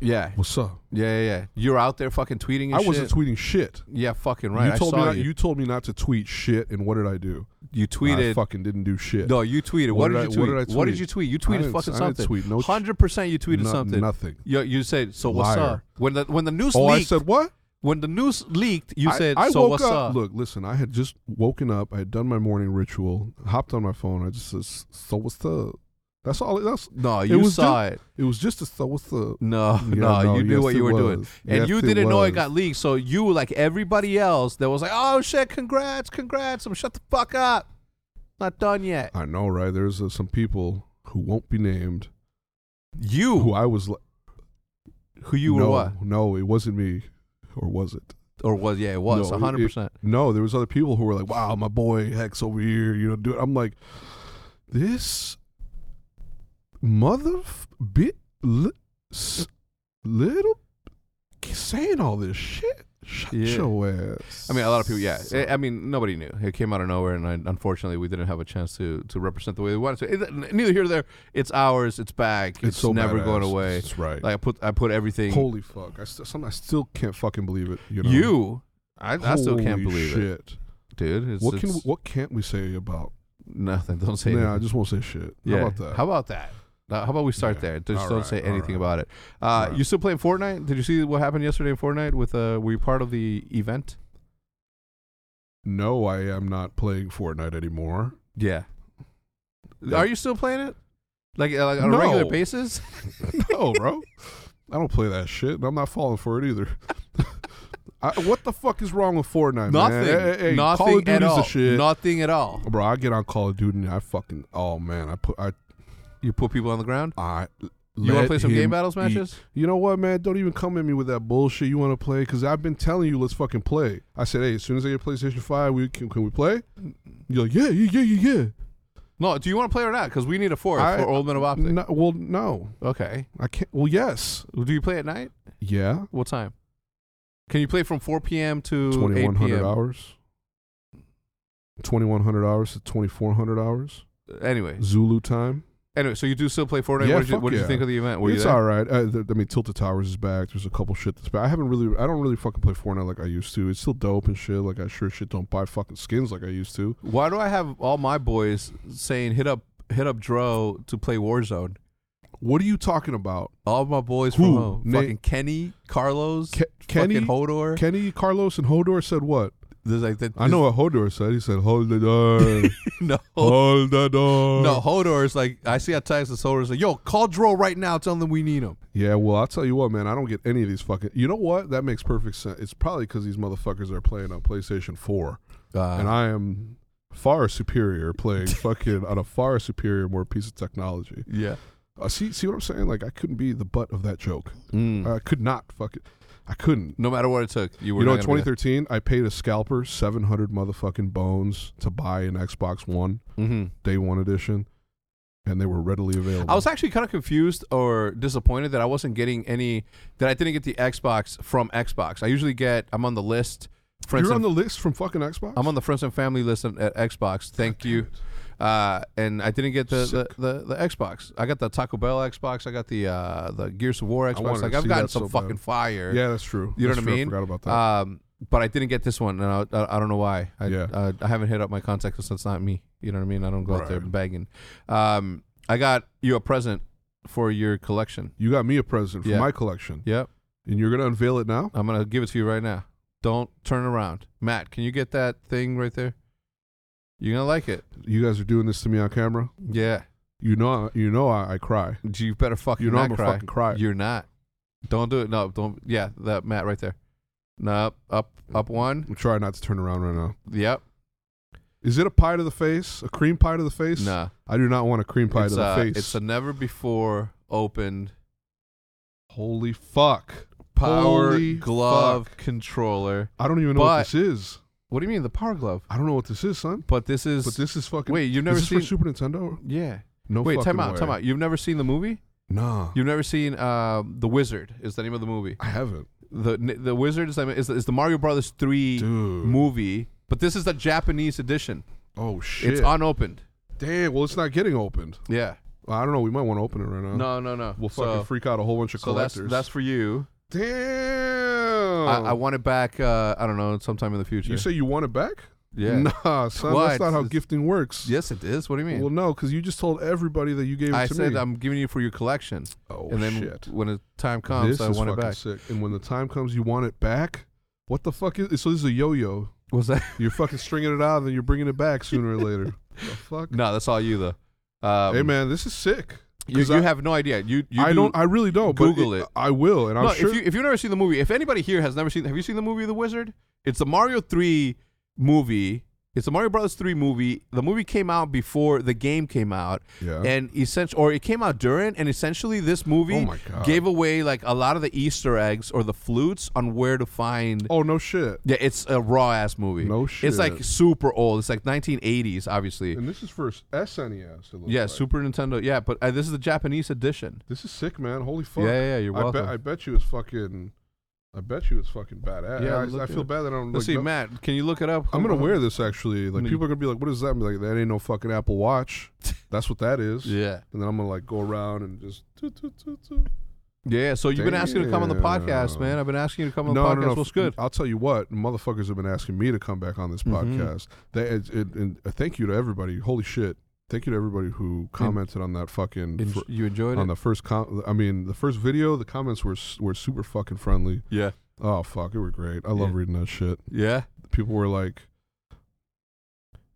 [SPEAKER 1] Yeah,
[SPEAKER 2] What's up?
[SPEAKER 1] yeah, yeah. yeah. You're out there fucking tweeting. And
[SPEAKER 2] I
[SPEAKER 1] shit.
[SPEAKER 2] wasn't tweeting shit.
[SPEAKER 1] Yeah, fucking right.
[SPEAKER 2] You told
[SPEAKER 1] I saw
[SPEAKER 2] me not,
[SPEAKER 1] you.
[SPEAKER 2] you told me not to tweet shit, and what did I do?
[SPEAKER 1] You
[SPEAKER 2] I
[SPEAKER 1] tweeted.
[SPEAKER 2] fucking didn't do shit.
[SPEAKER 1] no, you tweeted. What,
[SPEAKER 2] What
[SPEAKER 1] did,
[SPEAKER 2] did
[SPEAKER 1] you
[SPEAKER 2] I-
[SPEAKER 1] tweet?
[SPEAKER 2] what did I
[SPEAKER 1] What
[SPEAKER 2] tweet?
[SPEAKER 1] did you tweet? You
[SPEAKER 2] I
[SPEAKER 1] tweeted
[SPEAKER 2] didn't-
[SPEAKER 1] fucking
[SPEAKER 2] I didn't
[SPEAKER 1] something.
[SPEAKER 2] tweet no sh-
[SPEAKER 1] Hundred percent, you tweeted
[SPEAKER 2] no-
[SPEAKER 1] something.
[SPEAKER 2] Nothing.
[SPEAKER 1] You, you said so. What's
[SPEAKER 2] Liar.
[SPEAKER 1] up? When the when the news
[SPEAKER 2] Oh, I
[SPEAKER 1] leaked,
[SPEAKER 2] said what?
[SPEAKER 1] when the news leaked, you
[SPEAKER 2] I-
[SPEAKER 1] said
[SPEAKER 2] I
[SPEAKER 1] so.
[SPEAKER 2] woke
[SPEAKER 1] what's
[SPEAKER 2] up.
[SPEAKER 1] up?
[SPEAKER 2] Look, listen, I had just woken up. I had done my morning ritual. Hopped on my phone. I just said, "So what's up?" That's all. That's
[SPEAKER 1] No,
[SPEAKER 2] It
[SPEAKER 1] you
[SPEAKER 2] was
[SPEAKER 1] saw it.
[SPEAKER 2] it. Was just a "So what's
[SPEAKER 1] <laughs>
[SPEAKER 2] up?"
[SPEAKER 1] No, no,
[SPEAKER 2] Yeah,
[SPEAKER 1] you knew
[SPEAKER 2] yes,
[SPEAKER 1] what you
[SPEAKER 2] it
[SPEAKER 1] were doing,
[SPEAKER 2] was.
[SPEAKER 1] and
[SPEAKER 2] Yes,
[SPEAKER 1] you didn't know it
[SPEAKER 2] was.
[SPEAKER 1] got leaked. So you, like everybody else, that was like, "Oh shit, congrats, congrats!" I'm shut the fuck up. Not done yet.
[SPEAKER 2] I know, right? There's uh, some people who won't be named. Who
[SPEAKER 1] You,
[SPEAKER 2] I was like,
[SPEAKER 1] who you
[SPEAKER 2] no,
[SPEAKER 1] were, what,
[SPEAKER 2] No, it wasn't me, or was it?
[SPEAKER 1] or was? Yeah, it was
[SPEAKER 2] No, it-
[SPEAKER 1] 100. percent
[SPEAKER 2] No, there was other people who were like, "Wow, my boy Hex over here," you know. Do it. I'm like, this mother f- bit li- s- little saying all this shit. Shut
[SPEAKER 1] Yeah.
[SPEAKER 2] your ass.
[SPEAKER 1] I mean, a lot of people. Yeah, I- I mean, nobody knew. It came out of nowhere, and I, unfortunately, we didn't have a chance to to represent the way we wanted to. It- neither here nor there. It's ours. It's back. It's,
[SPEAKER 2] it's, so
[SPEAKER 1] never
[SPEAKER 2] badass.
[SPEAKER 1] going away.
[SPEAKER 2] That's right.
[SPEAKER 1] Like I put, I put everything.
[SPEAKER 2] Holy fuck! I, st- some, I still can't fucking believe it. You know,
[SPEAKER 1] you, I, I still can't believe it,
[SPEAKER 2] it.
[SPEAKER 1] dude. It's,
[SPEAKER 2] What can
[SPEAKER 1] it's
[SPEAKER 2] what can't we say about?
[SPEAKER 1] nothing? <laughs> Don't say
[SPEAKER 2] Yeah,
[SPEAKER 1] anything.
[SPEAKER 2] I just won't say shit.
[SPEAKER 1] Yeah.
[SPEAKER 2] How about that?
[SPEAKER 1] How about that? Uh, how about we start
[SPEAKER 2] Yeah.
[SPEAKER 1] there? Just
[SPEAKER 2] All
[SPEAKER 1] don't
[SPEAKER 2] right,
[SPEAKER 1] say
[SPEAKER 2] all
[SPEAKER 1] anything
[SPEAKER 2] right.
[SPEAKER 1] about it. Uh,
[SPEAKER 2] All right.
[SPEAKER 1] You still playing Fortnite? Did you see what happened yesterday in Fortnite? With uh, were you part of the event?
[SPEAKER 2] no, I am not playing Fortnite anymore.
[SPEAKER 1] Yeah.
[SPEAKER 2] Yeah.
[SPEAKER 1] Are you still playing it? Like, uh, like on a
[SPEAKER 2] No.
[SPEAKER 1] regular basis?
[SPEAKER 2] no, bro. I don't play that shit, and I'm not falling for it either. <laughs> I, what the fuck is wrong with Fortnite? man?
[SPEAKER 1] Nothing.
[SPEAKER 2] Hey, hey, hey,
[SPEAKER 1] Nothing
[SPEAKER 2] Call of Duty's
[SPEAKER 1] at all.
[SPEAKER 2] the shit.
[SPEAKER 1] Nothing at all.
[SPEAKER 2] bro, I get on Call of Duty and I fucking oh man, I put I
[SPEAKER 1] You put people on the ground.
[SPEAKER 2] I.
[SPEAKER 1] You want to
[SPEAKER 2] let
[SPEAKER 1] play some game
[SPEAKER 2] him
[SPEAKER 1] battles
[SPEAKER 2] eat.
[SPEAKER 1] matches?
[SPEAKER 2] You know what, man? Don't even come at me with that bullshit. You want to play? Because I've been telling you, let's fucking play. I said, hey, as soon as I get PlayStation Five, we can, can we play? You're like, yeah, yeah, yeah, yeah, yeah.
[SPEAKER 1] No. Do you want to play or not? Because we need a fourth
[SPEAKER 2] I-
[SPEAKER 1] for Old Man of Optic.
[SPEAKER 2] No, well, no,
[SPEAKER 1] Okay.
[SPEAKER 2] I can't. Well, yes,
[SPEAKER 1] Well, Do you play at night?
[SPEAKER 2] yeah.
[SPEAKER 1] What time? Can you play from 4 p.m. to 8
[SPEAKER 2] Twenty-one hundred
[SPEAKER 1] p.m.?
[SPEAKER 2] hours. Twenty-one hundred hours to twenty-four hundred hours.
[SPEAKER 1] Anyway,
[SPEAKER 2] Zulu time.
[SPEAKER 1] Anyway, so you do still play Fortnite.
[SPEAKER 2] Yeah,
[SPEAKER 1] what did, you,
[SPEAKER 2] fuck
[SPEAKER 1] what did you
[SPEAKER 2] yeah.
[SPEAKER 1] think of the event? Were you
[SPEAKER 2] it's
[SPEAKER 1] there?
[SPEAKER 2] all right. Uh, th- I mean, Tilted Towers is back. There's a couple shit that's back. I haven't really. I don't really fucking play Fortnite like I used to. It's still dope and shit. Like I sure shit don't buy fucking skins like I used to.
[SPEAKER 1] Why do I have all my boys saying hit up hit up Dro to play Warzone?
[SPEAKER 2] What are you talking about?
[SPEAKER 1] All my boys
[SPEAKER 2] Who?
[SPEAKER 1] from home.
[SPEAKER 2] Na-
[SPEAKER 1] fucking Kenny, Carlos,
[SPEAKER 2] Ke- Kenny,
[SPEAKER 1] fucking Hodor.
[SPEAKER 2] Kenny, Carlos, and Hodor said what?
[SPEAKER 1] There's like that-
[SPEAKER 2] I know what Hodor said. He said, "Hold the door,
[SPEAKER 1] <laughs> no.
[SPEAKER 2] hold the
[SPEAKER 1] <laughs>
[SPEAKER 2] door."
[SPEAKER 1] No, Hodor is like I see how Tyson Hodor's like, yo, call Dro right now, tell them we need him.
[SPEAKER 2] Yeah, well, I'll tell you what, man. I don't get any of these fucking. You know what? That makes perfect sense. It's probably because these motherfuckers are playing on PlayStation Four,
[SPEAKER 1] Uh, Uh-huh.
[SPEAKER 2] and I am far
[SPEAKER 1] <laughs>
[SPEAKER 2] superior playing fucking on a far superior, more piece of technology.
[SPEAKER 1] yeah.
[SPEAKER 2] Uh, see, see what I'm saying? Like, I couldn't be the butt of that joke. I could not fucking. I couldn't.
[SPEAKER 1] hmm. no matter what it took, Uh, you were
[SPEAKER 2] You know, in
[SPEAKER 1] not gonna
[SPEAKER 2] 2013, I paid a scalper 700 motherfucking bones to buy an Xbox One
[SPEAKER 1] be there. Mhm.
[SPEAKER 2] Day One Edition, and they were readily available.
[SPEAKER 1] I was actually kind of confused or disappointed that I wasn't getting any that I didn't get the Xbox from Xbox. I usually get I'm on the list. Friends
[SPEAKER 2] You're
[SPEAKER 1] and
[SPEAKER 2] on the list from fucking Xbox.
[SPEAKER 1] I'm on the friends and family list on- at Xbox. Thank you. Uh, and I didn't get the, the, the, the Xbox. I got the Taco Bell Xbox. I got the uh, the Gears of War Xbox.
[SPEAKER 2] wanted to
[SPEAKER 1] like I've
[SPEAKER 2] see
[SPEAKER 1] gotten
[SPEAKER 2] that
[SPEAKER 1] some
[SPEAKER 2] so
[SPEAKER 1] fucking
[SPEAKER 2] bad.
[SPEAKER 1] fire.
[SPEAKER 2] Yeah, that's true.
[SPEAKER 1] You know
[SPEAKER 2] That's
[SPEAKER 1] what I
[SPEAKER 2] true.
[SPEAKER 1] mean?
[SPEAKER 2] forgot about that.
[SPEAKER 1] Um, but I didn't get this one, and I, I, I don't know why. I,
[SPEAKER 2] Yeah.
[SPEAKER 1] uh, I haven't hit up my contacts because that's not me. You know what I mean? I don't go out there
[SPEAKER 2] Right.
[SPEAKER 1] begging. Um, I got you a present for your collection.
[SPEAKER 2] you got me a present for
[SPEAKER 1] Yeah.
[SPEAKER 2] my collection,
[SPEAKER 1] Yep,
[SPEAKER 2] and you're gonna unveil it now.
[SPEAKER 1] I'm gonna give it to you right now. Don't turn around, Matt. Can you get that thing right there? You're gonna like it.
[SPEAKER 2] You guys are doing this to me on camera.
[SPEAKER 1] Yeah.
[SPEAKER 2] You know, you know, I, I cry.
[SPEAKER 1] You better fucking
[SPEAKER 2] You know,
[SPEAKER 1] not
[SPEAKER 2] I'm a
[SPEAKER 1] cry.
[SPEAKER 2] fucking crier.
[SPEAKER 1] You're not. Don't do it. No, don't. Yeah, that Matt right there. No, up, up, up one.
[SPEAKER 2] I'm trying not to turn around right now.
[SPEAKER 1] Yep.
[SPEAKER 2] Is it a pie to the face? A cream pie to the face?
[SPEAKER 1] Nah.
[SPEAKER 2] I do not want a cream pie
[SPEAKER 1] it's,
[SPEAKER 2] to the
[SPEAKER 1] uh,
[SPEAKER 2] face.
[SPEAKER 1] it's a never before opened
[SPEAKER 2] Holy fuck!
[SPEAKER 1] power
[SPEAKER 2] Holy
[SPEAKER 1] glove
[SPEAKER 2] fuck.
[SPEAKER 1] controller.
[SPEAKER 2] I don't even know what this is.
[SPEAKER 1] What do you mean the power glove?
[SPEAKER 2] I don't know what this is, son.
[SPEAKER 1] But this is.
[SPEAKER 2] But this is fucking.
[SPEAKER 1] wait, you've
[SPEAKER 2] is
[SPEAKER 1] never
[SPEAKER 2] this
[SPEAKER 1] seen.
[SPEAKER 2] for Super Nintendo?
[SPEAKER 1] yeah.
[SPEAKER 2] No.
[SPEAKER 1] wait,
[SPEAKER 2] fucking
[SPEAKER 1] time out,
[SPEAKER 2] way.
[SPEAKER 1] time out. You've never seen the movie?
[SPEAKER 2] Nah,
[SPEAKER 1] You've never seen um, the Wizard? Is the name of the movie?
[SPEAKER 2] I haven't,
[SPEAKER 1] The the Wizard is the, is the, is the Mario Brothers three
[SPEAKER 2] dude.
[SPEAKER 1] movie, but this is the Japanese edition.
[SPEAKER 2] oh shit!
[SPEAKER 1] It's unopened.
[SPEAKER 2] Damn. Well, it's not getting opened.
[SPEAKER 1] Yeah.
[SPEAKER 2] I don't know. We might want to open it right now.
[SPEAKER 1] No, no, no.
[SPEAKER 2] We'll fucking
[SPEAKER 1] so,
[SPEAKER 2] freak out a whole bunch of
[SPEAKER 1] so that's
[SPEAKER 2] collectors.
[SPEAKER 1] that's for you.
[SPEAKER 2] damn.
[SPEAKER 1] I, I want it back. Uh, I don't know, sometime in the future.
[SPEAKER 2] you say you want it back?
[SPEAKER 1] yeah.
[SPEAKER 2] Nah, son.
[SPEAKER 1] Why?
[SPEAKER 2] That's not how
[SPEAKER 1] It's-
[SPEAKER 2] gifting works.
[SPEAKER 1] Yes, it is. What do you mean?
[SPEAKER 2] Well, no, because you just told everybody that you gave it
[SPEAKER 1] I
[SPEAKER 2] to
[SPEAKER 1] said
[SPEAKER 2] me.
[SPEAKER 1] I'm giving you for your collection,
[SPEAKER 2] oh
[SPEAKER 1] and then
[SPEAKER 2] shit.
[SPEAKER 1] when the time comes,
[SPEAKER 2] this
[SPEAKER 1] I
[SPEAKER 2] is
[SPEAKER 1] want it
[SPEAKER 2] fucking
[SPEAKER 1] back.
[SPEAKER 2] sick. And when the time comes, you want it back. What the fuck is? So this is a yo-yo.
[SPEAKER 1] Was <laughs> that?
[SPEAKER 2] You're fucking stringing it out, and then you're bringing it back sooner or later.
[SPEAKER 1] <laughs>
[SPEAKER 2] the fuck.
[SPEAKER 1] No, that's all you though. Um,
[SPEAKER 2] hey man, this is sick.
[SPEAKER 1] You,
[SPEAKER 2] 'cause
[SPEAKER 1] you
[SPEAKER 2] I-
[SPEAKER 1] have no idea. You, you
[SPEAKER 2] I
[SPEAKER 1] do-
[SPEAKER 2] don't. I really don't. but
[SPEAKER 1] Google it.
[SPEAKER 2] I will, and I'm
[SPEAKER 1] no,
[SPEAKER 2] sure.
[SPEAKER 1] if you if you've never seen the movie, if anybody here has never seen, have you seen the movie The Wizard? It's a Mario three movie. It's a Mario Brothers three movie. The movie came out before the game came out,
[SPEAKER 2] yeah.
[SPEAKER 1] and essentially, or it came out during, and essentially, this
[SPEAKER 2] oh
[SPEAKER 1] movie
[SPEAKER 2] my god.
[SPEAKER 1] gave away like a lot of the Easter eggs or the flutes on where to find.
[SPEAKER 2] oh no shit.
[SPEAKER 1] Yeah, it's a raw ass movie.
[SPEAKER 2] No
[SPEAKER 1] It's like
[SPEAKER 2] shit.
[SPEAKER 1] super old. It's like 1980s, obviously.
[SPEAKER 2] And this is for SNES. It looks
[SPEAKER 1] Yeah,
[SPEAKER 2] like.
[SPEAKER 1] Super Nintendo. Yeah, but uh, this is the Japanese edition.
[SPEAKER 2] This is sick, man. Holy fuck.
[SPEAKER 1] Yeah, yeah, yeah, you're
[SPEAKER 2] I
[SPEAKER 1] welcome.
[SPEAKER 2] bet. I bet you it's fucking. I bet you it's fucking badass.
[SPEAKER 1] Yeah,
[SPEAKER 2] Yeah, I,
[SPEAKER 1] look
[SPEAKER 2] I
[SPEAKER 1] at
[SPEAKER 2] feel
[SPEAKER 1] it.
[SPEAKER 2] bad that I don't.
[SPEAKER 1] Let's
[SPEAKER 2] like,
[SPEAKER 1] see,
[SPEAKER 2] no-
[SPEAKER 1] Matt. Can you look it up?
[SPEAKER 2] I'm gonna wear this actually. Like
[SPEAKER 1] No, you-
[SPEAKER 2] people are gonna be like, "What is that?" I'm like, "That ain't no fucking
[SPEAKER 1] <laughs>
[SPEAKER 2] Apple Watch. That's what that is."
[SPEAKER 1] Yeah,
[SPEAKER 2] And then I'm gonna like go around and just. toot, toot, toot, toot.
[SPEAKER 1] yeah. So you've been asking to come on the podcast,
[SPEAKER 2] Damn.
[SPEAKER 1] man. I've been asking you to come
[SPEAKER 2] No,
[SPEAKER 1] on the
[SPEAKER 2] no,
[SPEAKER 1] podcast.
[SPEAKER 2] no.
[SPEAKER 1] What's good?
[SPEAKER 2] I'll tell you what, motherfuckers have been asking me to come back on this
[SPEAKER 1] Mhm.
[SPEAKER 2] podcast. They, it, it, and a thank you to everybody. Holy shit! Thank you to everybody who commented on that fucking
[SPEAKER 1] En-
[SPEAKER 2] fir-
[SPEAKER 1] you enjoyed it?
[SPEAKER 2] on the first. Com- I mean, the first video. The comments were s- were super fucking friendly.
[SPEAKER 1] yeah,
[SPEAKER 2] Oh fuck, it were great. I love
[SPEAKER 1] Yeah.
[SPEAKER 2] reading that shit.
[SPEAKER 1] yeah.
[SPEAKER 2] people were like,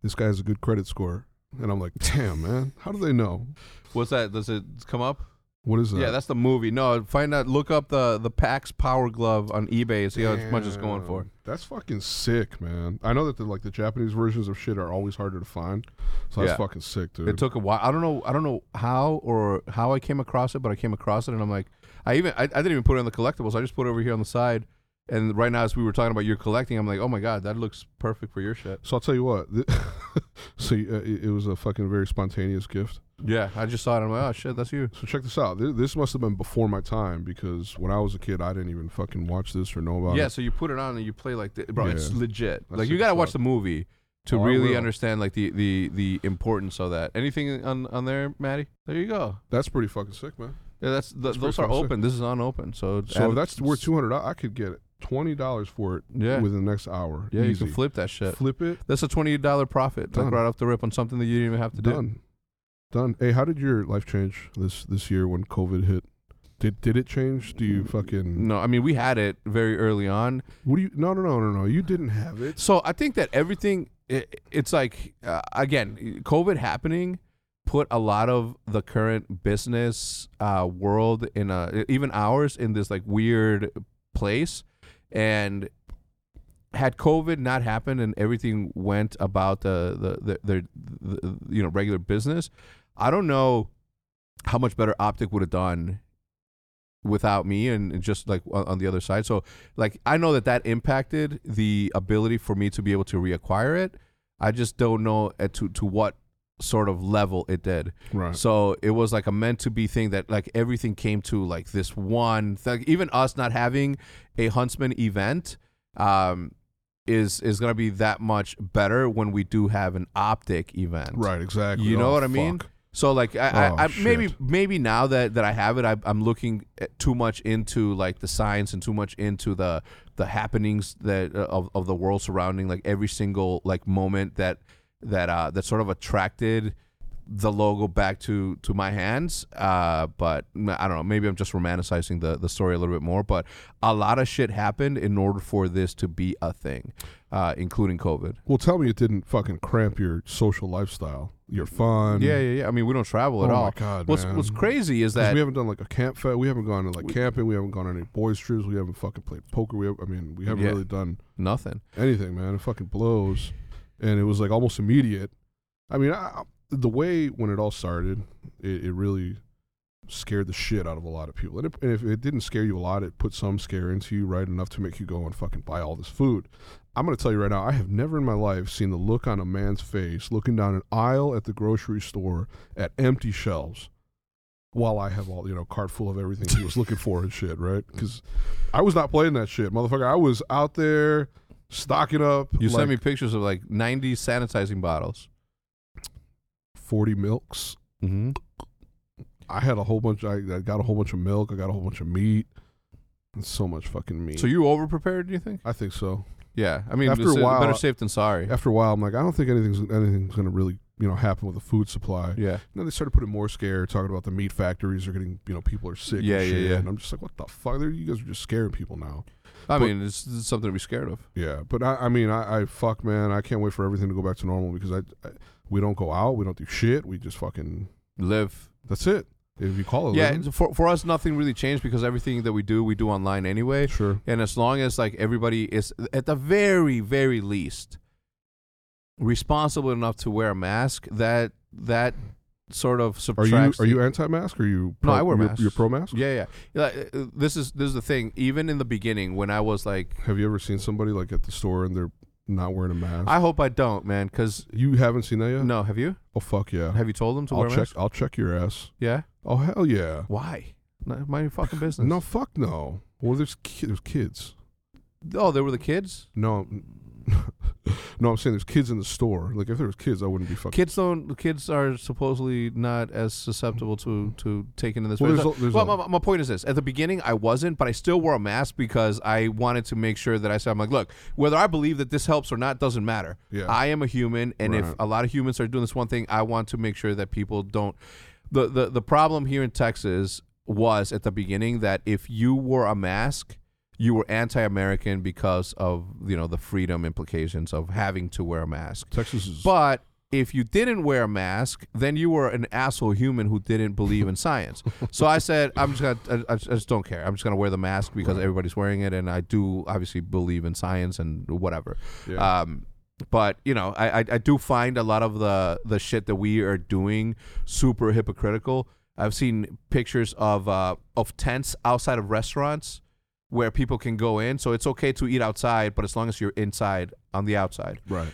[SPEAKER 2] "This guy has a good credit score," and I'm like, "Damn, man, how do they know?
[SPEAKER 1] What's that? Does it come up?
[SPEAKER 2] What is that?"
[SPEAKER 1] Yeah, that's the movie. No, find out. Look up the the PAX Power Glove on eBay and see how much it's going for.
[SPEAKER 2] Damn, That's fucking sick, man. I know that the like the Japanese versions of shit are always harder to find, so that's
[SPEAKER 1] Yeah.
[SPEAKER 2] fucking sick, dude.
[SPEAKER 1] It took a while. I don't know. I don't know how or how I came across it, but I came across it, and I'm like, I even I, I didn't even put it on the collectibles. I just put it over here on the side. And right now, as we were talking about your collecting, I'm like, oh my god, that looks perfect for your shit.
[SPEAKER 2] so I'll tell you what. th- <laughs> so uh, it, it was a fucking very spontaneous gift.
[SPEAKER 1] Yeah, I just saw it. I'm like, oh shit, that's you.
[SPEAKER 2] So check this out. Th- This must have been before my time because when I was a kid, I didn't even fucking watch this or know about
[SPEAKER 1] yeah,
[SPEAKER 2] it.
[SPEAKER 1] so you put it on and you play like, the, bro, it's
[SPEAKER 2] Yeah.
[SPEAKER 1] legit.
[SPEAKER 2] That's
[SPEAKER 1] like you
[SPEAKER 2] sick
[SPEAKER 1] gotta
[SPEAKER 2] as
[SPEAKER 1] watch
[SPEAKER 2] fuck.
[SPEAKER 1] the movie to
[SPEAKER 2] Oh, I
[SPEAKER 1] really
[SPEAKER 2] will.
[SPEAKER 1] understand like the the the importance of that. Anything on on there, Maddie? There you go.
[SPEAKER 2] That's pretty fucking sick, man.
[SPEAKER 1] Yeah, that's, th
[SPEAKER 2] That's
[SPEAKER 1] those
[SPEAKER 2] pretty
[SPEAKER 1] are
[SPEAKER 2] fucking sick.
[SPEAKER 1] open. This is unopened, so
[SPEAKER 2] So
[SPEAKER 1] add-
[SPEAKER 2] if that's worth two hundred. I could get twenty dollars for it
[SPEAKER 1] Yeah,
[SPEAKER 2] within the next hour.
[SPEAKER 1] yeah, you
[SPEAKER 2] Easy.
[SPEAKER 1] can flip that shit.
[SPEAKER 2] flip it.
[SPEAKER 1] That's a twenty dollar profit,
[SPEAKER 2] Done.
[SPEAKER 1] like right off the rip on something that you didn't even have to do.
[SPEAKER 2] Done. Done. Hey, how did your life change this this year when COVID hit? Did did it change? Do
[SPEAKER 1] Mm,
[SPEAKER 2] you fucking
[SPEAKER 1] No, I mean we had it very early on,
[SPEAKER 2] what do you? No, no, no, no, no. You didn't have it.
[SPEAKER 1] so I think that everything i it's like uh, again, COVID happening put a lot of the current business uh, world in a e, even ours in this like weird place, and had COVID not happened and everything went about the the the, the, the you know regular business, I don't know how much better Optic would have done without me and just like on on the other side. So like I know that that impacted the ability for me to be able to reacquire it. I just don't know at to to what sort of level it did.
[SPEAKER 2] Right.
[SPEAKER 1] So it was like a meant to be thing that like everything came to like this one. Like even us not having a huntsman event um, is is gonna be that much better when we do have an optic event.
[SPEAKER 2] Right. Exactly.
[SPEAKER 1] You know
[SPEAKER 2] Oh,
[SPEAKER 1] what I mean?
[SPEAKER 2] fuck.
[SPEAKER 1] So like I,
[SPEAKER 2] Oh,
[SPEAKER 1] I, I maybe
[SPEAKER 2] shit.
[SPEAKER 1] maybe now that that I have it, I, I'm looking at- too much into like the science and too much into the the happenings that uh, of of the world surrounding like every single like moment that that uh that sort of attracted the logo back to to my hands uh but m- i don't know maybe i'm just romanticizing the the story a little bit more but a lot of shit happened in order for this to be a thing uh including covid
[SPEAKER 2] Well, tell me it didn't fucking cramp your social lifestyle, your fun.
[SPEAKER 1] yeah yeah yeah i mean we don't travel at
[SPEAKER 2] Um, Oh my
[SPEAKER 1] all
[SPEAKER 2] God,
[SPEAKER 1] what's
[SPEAKER 2] man.
[SPEAKER 1] what's crazy is
[SPEAKER 2] 'Cause
[SPEAKER 1] that
[SPEAKER 2] we haven't done like a camp fest. We haven't gone to like camping. We haven't gone on any boys trips. We haven't fucking played poker. We have, I mean, we haven't
[SPEAKER 1] Yeah.
[SPEAKER 2] really done
[SPEAKER 1] nothing
[SPEAKER 2] anything, man. It fucking blows. And it was like almost immediate. I mean, I, the way when it all started, it, it really scared the shit out of a lot of people. And, it, and if it didn't scare you a lot, it put some scare into you, right? Enough to make you go and fucking buy all this food. I'm going to tell you right now, I have never in my life seen the look on a man's face looking down an aisle at the grocery store at empty shelves while I have all, you know, cart full of everything he was looking for and shit, right?
[SPEAKER 1] <laughs> Mm.
[SPEAKER 2] Because I was not playing that shit, motherfucker. I was out there stocking up.
[SPEAKER 1] You
[SPEAKER 2] like,
[SPEAKER 1] sent me pictures of like 90 sanitizing bottles.
[SPEAKER 2] 40 milks.
[SPEAKER 1] Mm-hmm.
[SPEAKER 2] I had a whole bunch. I, I got a whole bunch of milk. I got a whole bunch of meat. And so much fucking meat.
[SPEAKER 1] So you over prepared? Do you think?
[SPEAKER 2] I think so.
[SPEAKER 1] Yeah. I mean,
[SPEAKER 2] After a
[SPEAKER 1] it's, uh,
[SPEAKER 2] while-
[SPEAKER 1] better safe than sorry.
[SPEAKER 2] After a while, I'm like, I don't think anything's anything's gonna really you know happen with the food supply. And
[SPEAKER 1] Yeah.
[SPEAKER 2] then they started putting more scare, talking about the meat factories are getting you know people are sick.
[SPEAKER 1] Yeah,
[SPEAKER 2] and
[SPEAKER 1] yeah,
[SPEAKER 2] shit.
[SPEAKER 1] yeah.
[SPEAKER 2] And I'm just like, what the fuck? They're- You guys are just scaring people now.
[SPEAKER 1] I
[SPEAKER 2] But-
[SPEAKER 1] mean, it's, it's something to be scared of.
[SPEAKER 2] Yeah, but I, I mean, I, I fuck, man. I can't wait for everything to go back to normal because I, I we don't go out, we don't do shit, we just fucking
[SPEAKER 1] Live.
[SPEAKER 2] that's it. If you call it,
[SPEAKER 1] Yeah.
[SPEAKER 2] living,
[SPEAKER 1] it's- For for us, nothing really changed because everything that we do, we do online anyway.
[SPEAKER 2] sure.
[SPEAKER 1] And as long as like everybody is at the very very least responsible enough to wear a mask, that that sort of
[SPEAKER 2] Are you
[SPEAKER 1] subtracts.
[SPEAKER 2] are
[SPEAKER 1] the-
[SPEAKER 2] you anti-mask? Or are you
[SPEAKER 1] No, I wear
[SPEAKER 2] you're,
[SPEAKER 1] masks.
[SPEAKER 2] You're pro mask.
[SPEAKER 1] Yeah, yeah. Yeah, Like, uh, this is this is the thing. Even in the beginning, when I was like,
[SPEAKER 2] Have you ever seen somebody like at the store and they're not wearing a mask?
[SPEAKER 1] I hope I don't, man, because
[SPEAKER 2] you haven't seen that yet?
[SPEAKER 1] no, have you?
[SPEAKER 2] Oh fuck yeah!
[SPEAKER 1] Have you told them to
[SPEAKER 2] I'll
[SPEAKER 1] wear
[SPEAKER 2] check.
[SPEAKER 1] masks?
[SPEAKER 2] I'll check your ass.
[SPEAKER 1] Yeah.
[SPEAKER 2] Oh hell yeah!
[SPEAKER 1] Why? Not my fucking business.
[SPEAKER 2] No fuck no. Well, there's ki- there's kids.
[SPEAKER 1] Oh, they were the kids.
[SPEAKER 2] No. <laughs> No, I'm saying there's kids in the store. Like if there was kids, I wouldn't be fucking.
[SPEAKER 1] Kids don't. Kids are supposedly not as susceptible to to taking in this.
[SPEAKER 2] Well,
[SPEAKER 1] way.
[SPEAKER 2] there's a- there's
[SPEAKER 1] well
[SPEAKER 2] a-
[SPEAKER 1] my, my point is this: at the beginning, I wasn't, but I still wore a mask because I wanted to make sure that I said, "I'm like, look, whether I believe that this helps or not doesn't matter.
[SPEAKER 2] Yeah.
[SPEAKER 1] I am a human, and if
[SPEAKER 2] Right.
[SPEAKER 1] a lot of humans are doing this one thing, I want to make sure that people don't." The, the the problem here in Texas was at the beginning that if you wore a mask, you were anti-American because of you know the freedom implications of having to wear a mask.
[SPEAKER 2] Texas is
[SPEAKER 1] But if you didn't wear a mask, then you were an asshole human who didn't believe in science. So I said, I'm just gonna, I, I just don't care. I'm just gonna wear the mask because everybody's wearing it, and I do obviously believe in science and whatever.
[SPEAKER 2] Yeah.
[SPEAKER 1] Um, but you know, I, I I do find a lot of the the shit that we are doing super hypocritical. I've seen pictures of uh, of tents outside of restaurants where people can go in, so it's okay to eat outside, but as long as you're inside on the outside.
[SPEAKER 2] right.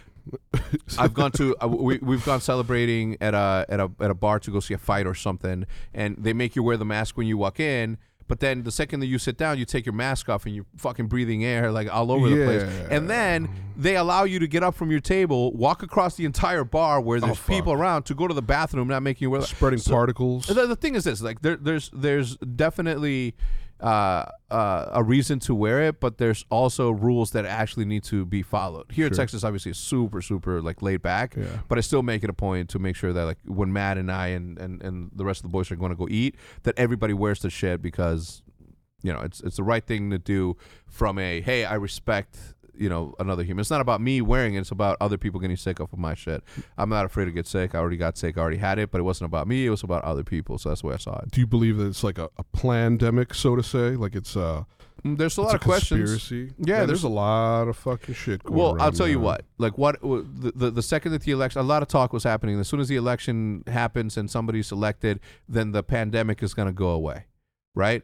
[SPEAKER 1] <laughs> I've gone to uh, we we've gone celebrating at a at a at a bar to go see a fight or something, and they make you wear the mask when you walk in. But then the second that you sit down, you take your mask off and you're fucking breathing air like all over the place.
[SPEAKER 2] Yeah.
[SPEAKER 1] And then they allow you to get up from your table, walk across the entire bar where there's
[SPEAKER 2] Oh, fuck.
[SPEAKER 1] people around to go to the bathroom, not making you wear.
[SPEAKER 2] spreading particles.
[SPEAKER 1] The, the thing is this: like there, there's there's definitely uh, uh, a reason to wear it, but there's also rules that actually need to be followed. Here in Texas, obviously, is super super like laid back,
[SPEAKER 2] Yeah.
[SPEAKER 1] but I still make it a point to make sure that like when Matt and I and and, and the rest of the boys are going to go eat, that everybody wears the shit because you know it's it's the right thing to do from a hey I respect. You know, another human. It's not about me wearing it. It's about other people getting sick off of my shit. I'm not afraid to get sick. I already got sick. I already had it, but it wasn't about me. It was about other people. So that's the way I saw it.
[SPEAKER 2] Do you believe that it's like a, a pandemic, so to say? Like it's uh,
[SPEAKER 1] Mm, There's a
[SPEAKER 2] it's
[SPEAKER 1] lot
[SPEAKER 2] a
[SPEAKER 1] of questions.
[SPEAKER 2] conspiracy.
[SPEAKER 1] Yeah,
[SPEAKER 2] there's,
[SPEAKER 1] there's-
[SPEAKER 2] a lot of fucking shit. Going
[SPEAKER 1] Well, I'll
[SPEAKER 2] around,
[SPEAKER 1] tell you
[SPEAKER 2] man.
[SPEAKER 1] what. Like what w- the, the the second that the election, a lot of talk was happening. As soon as the election happens and somebody's elected, then the pandemic is going to go away, right?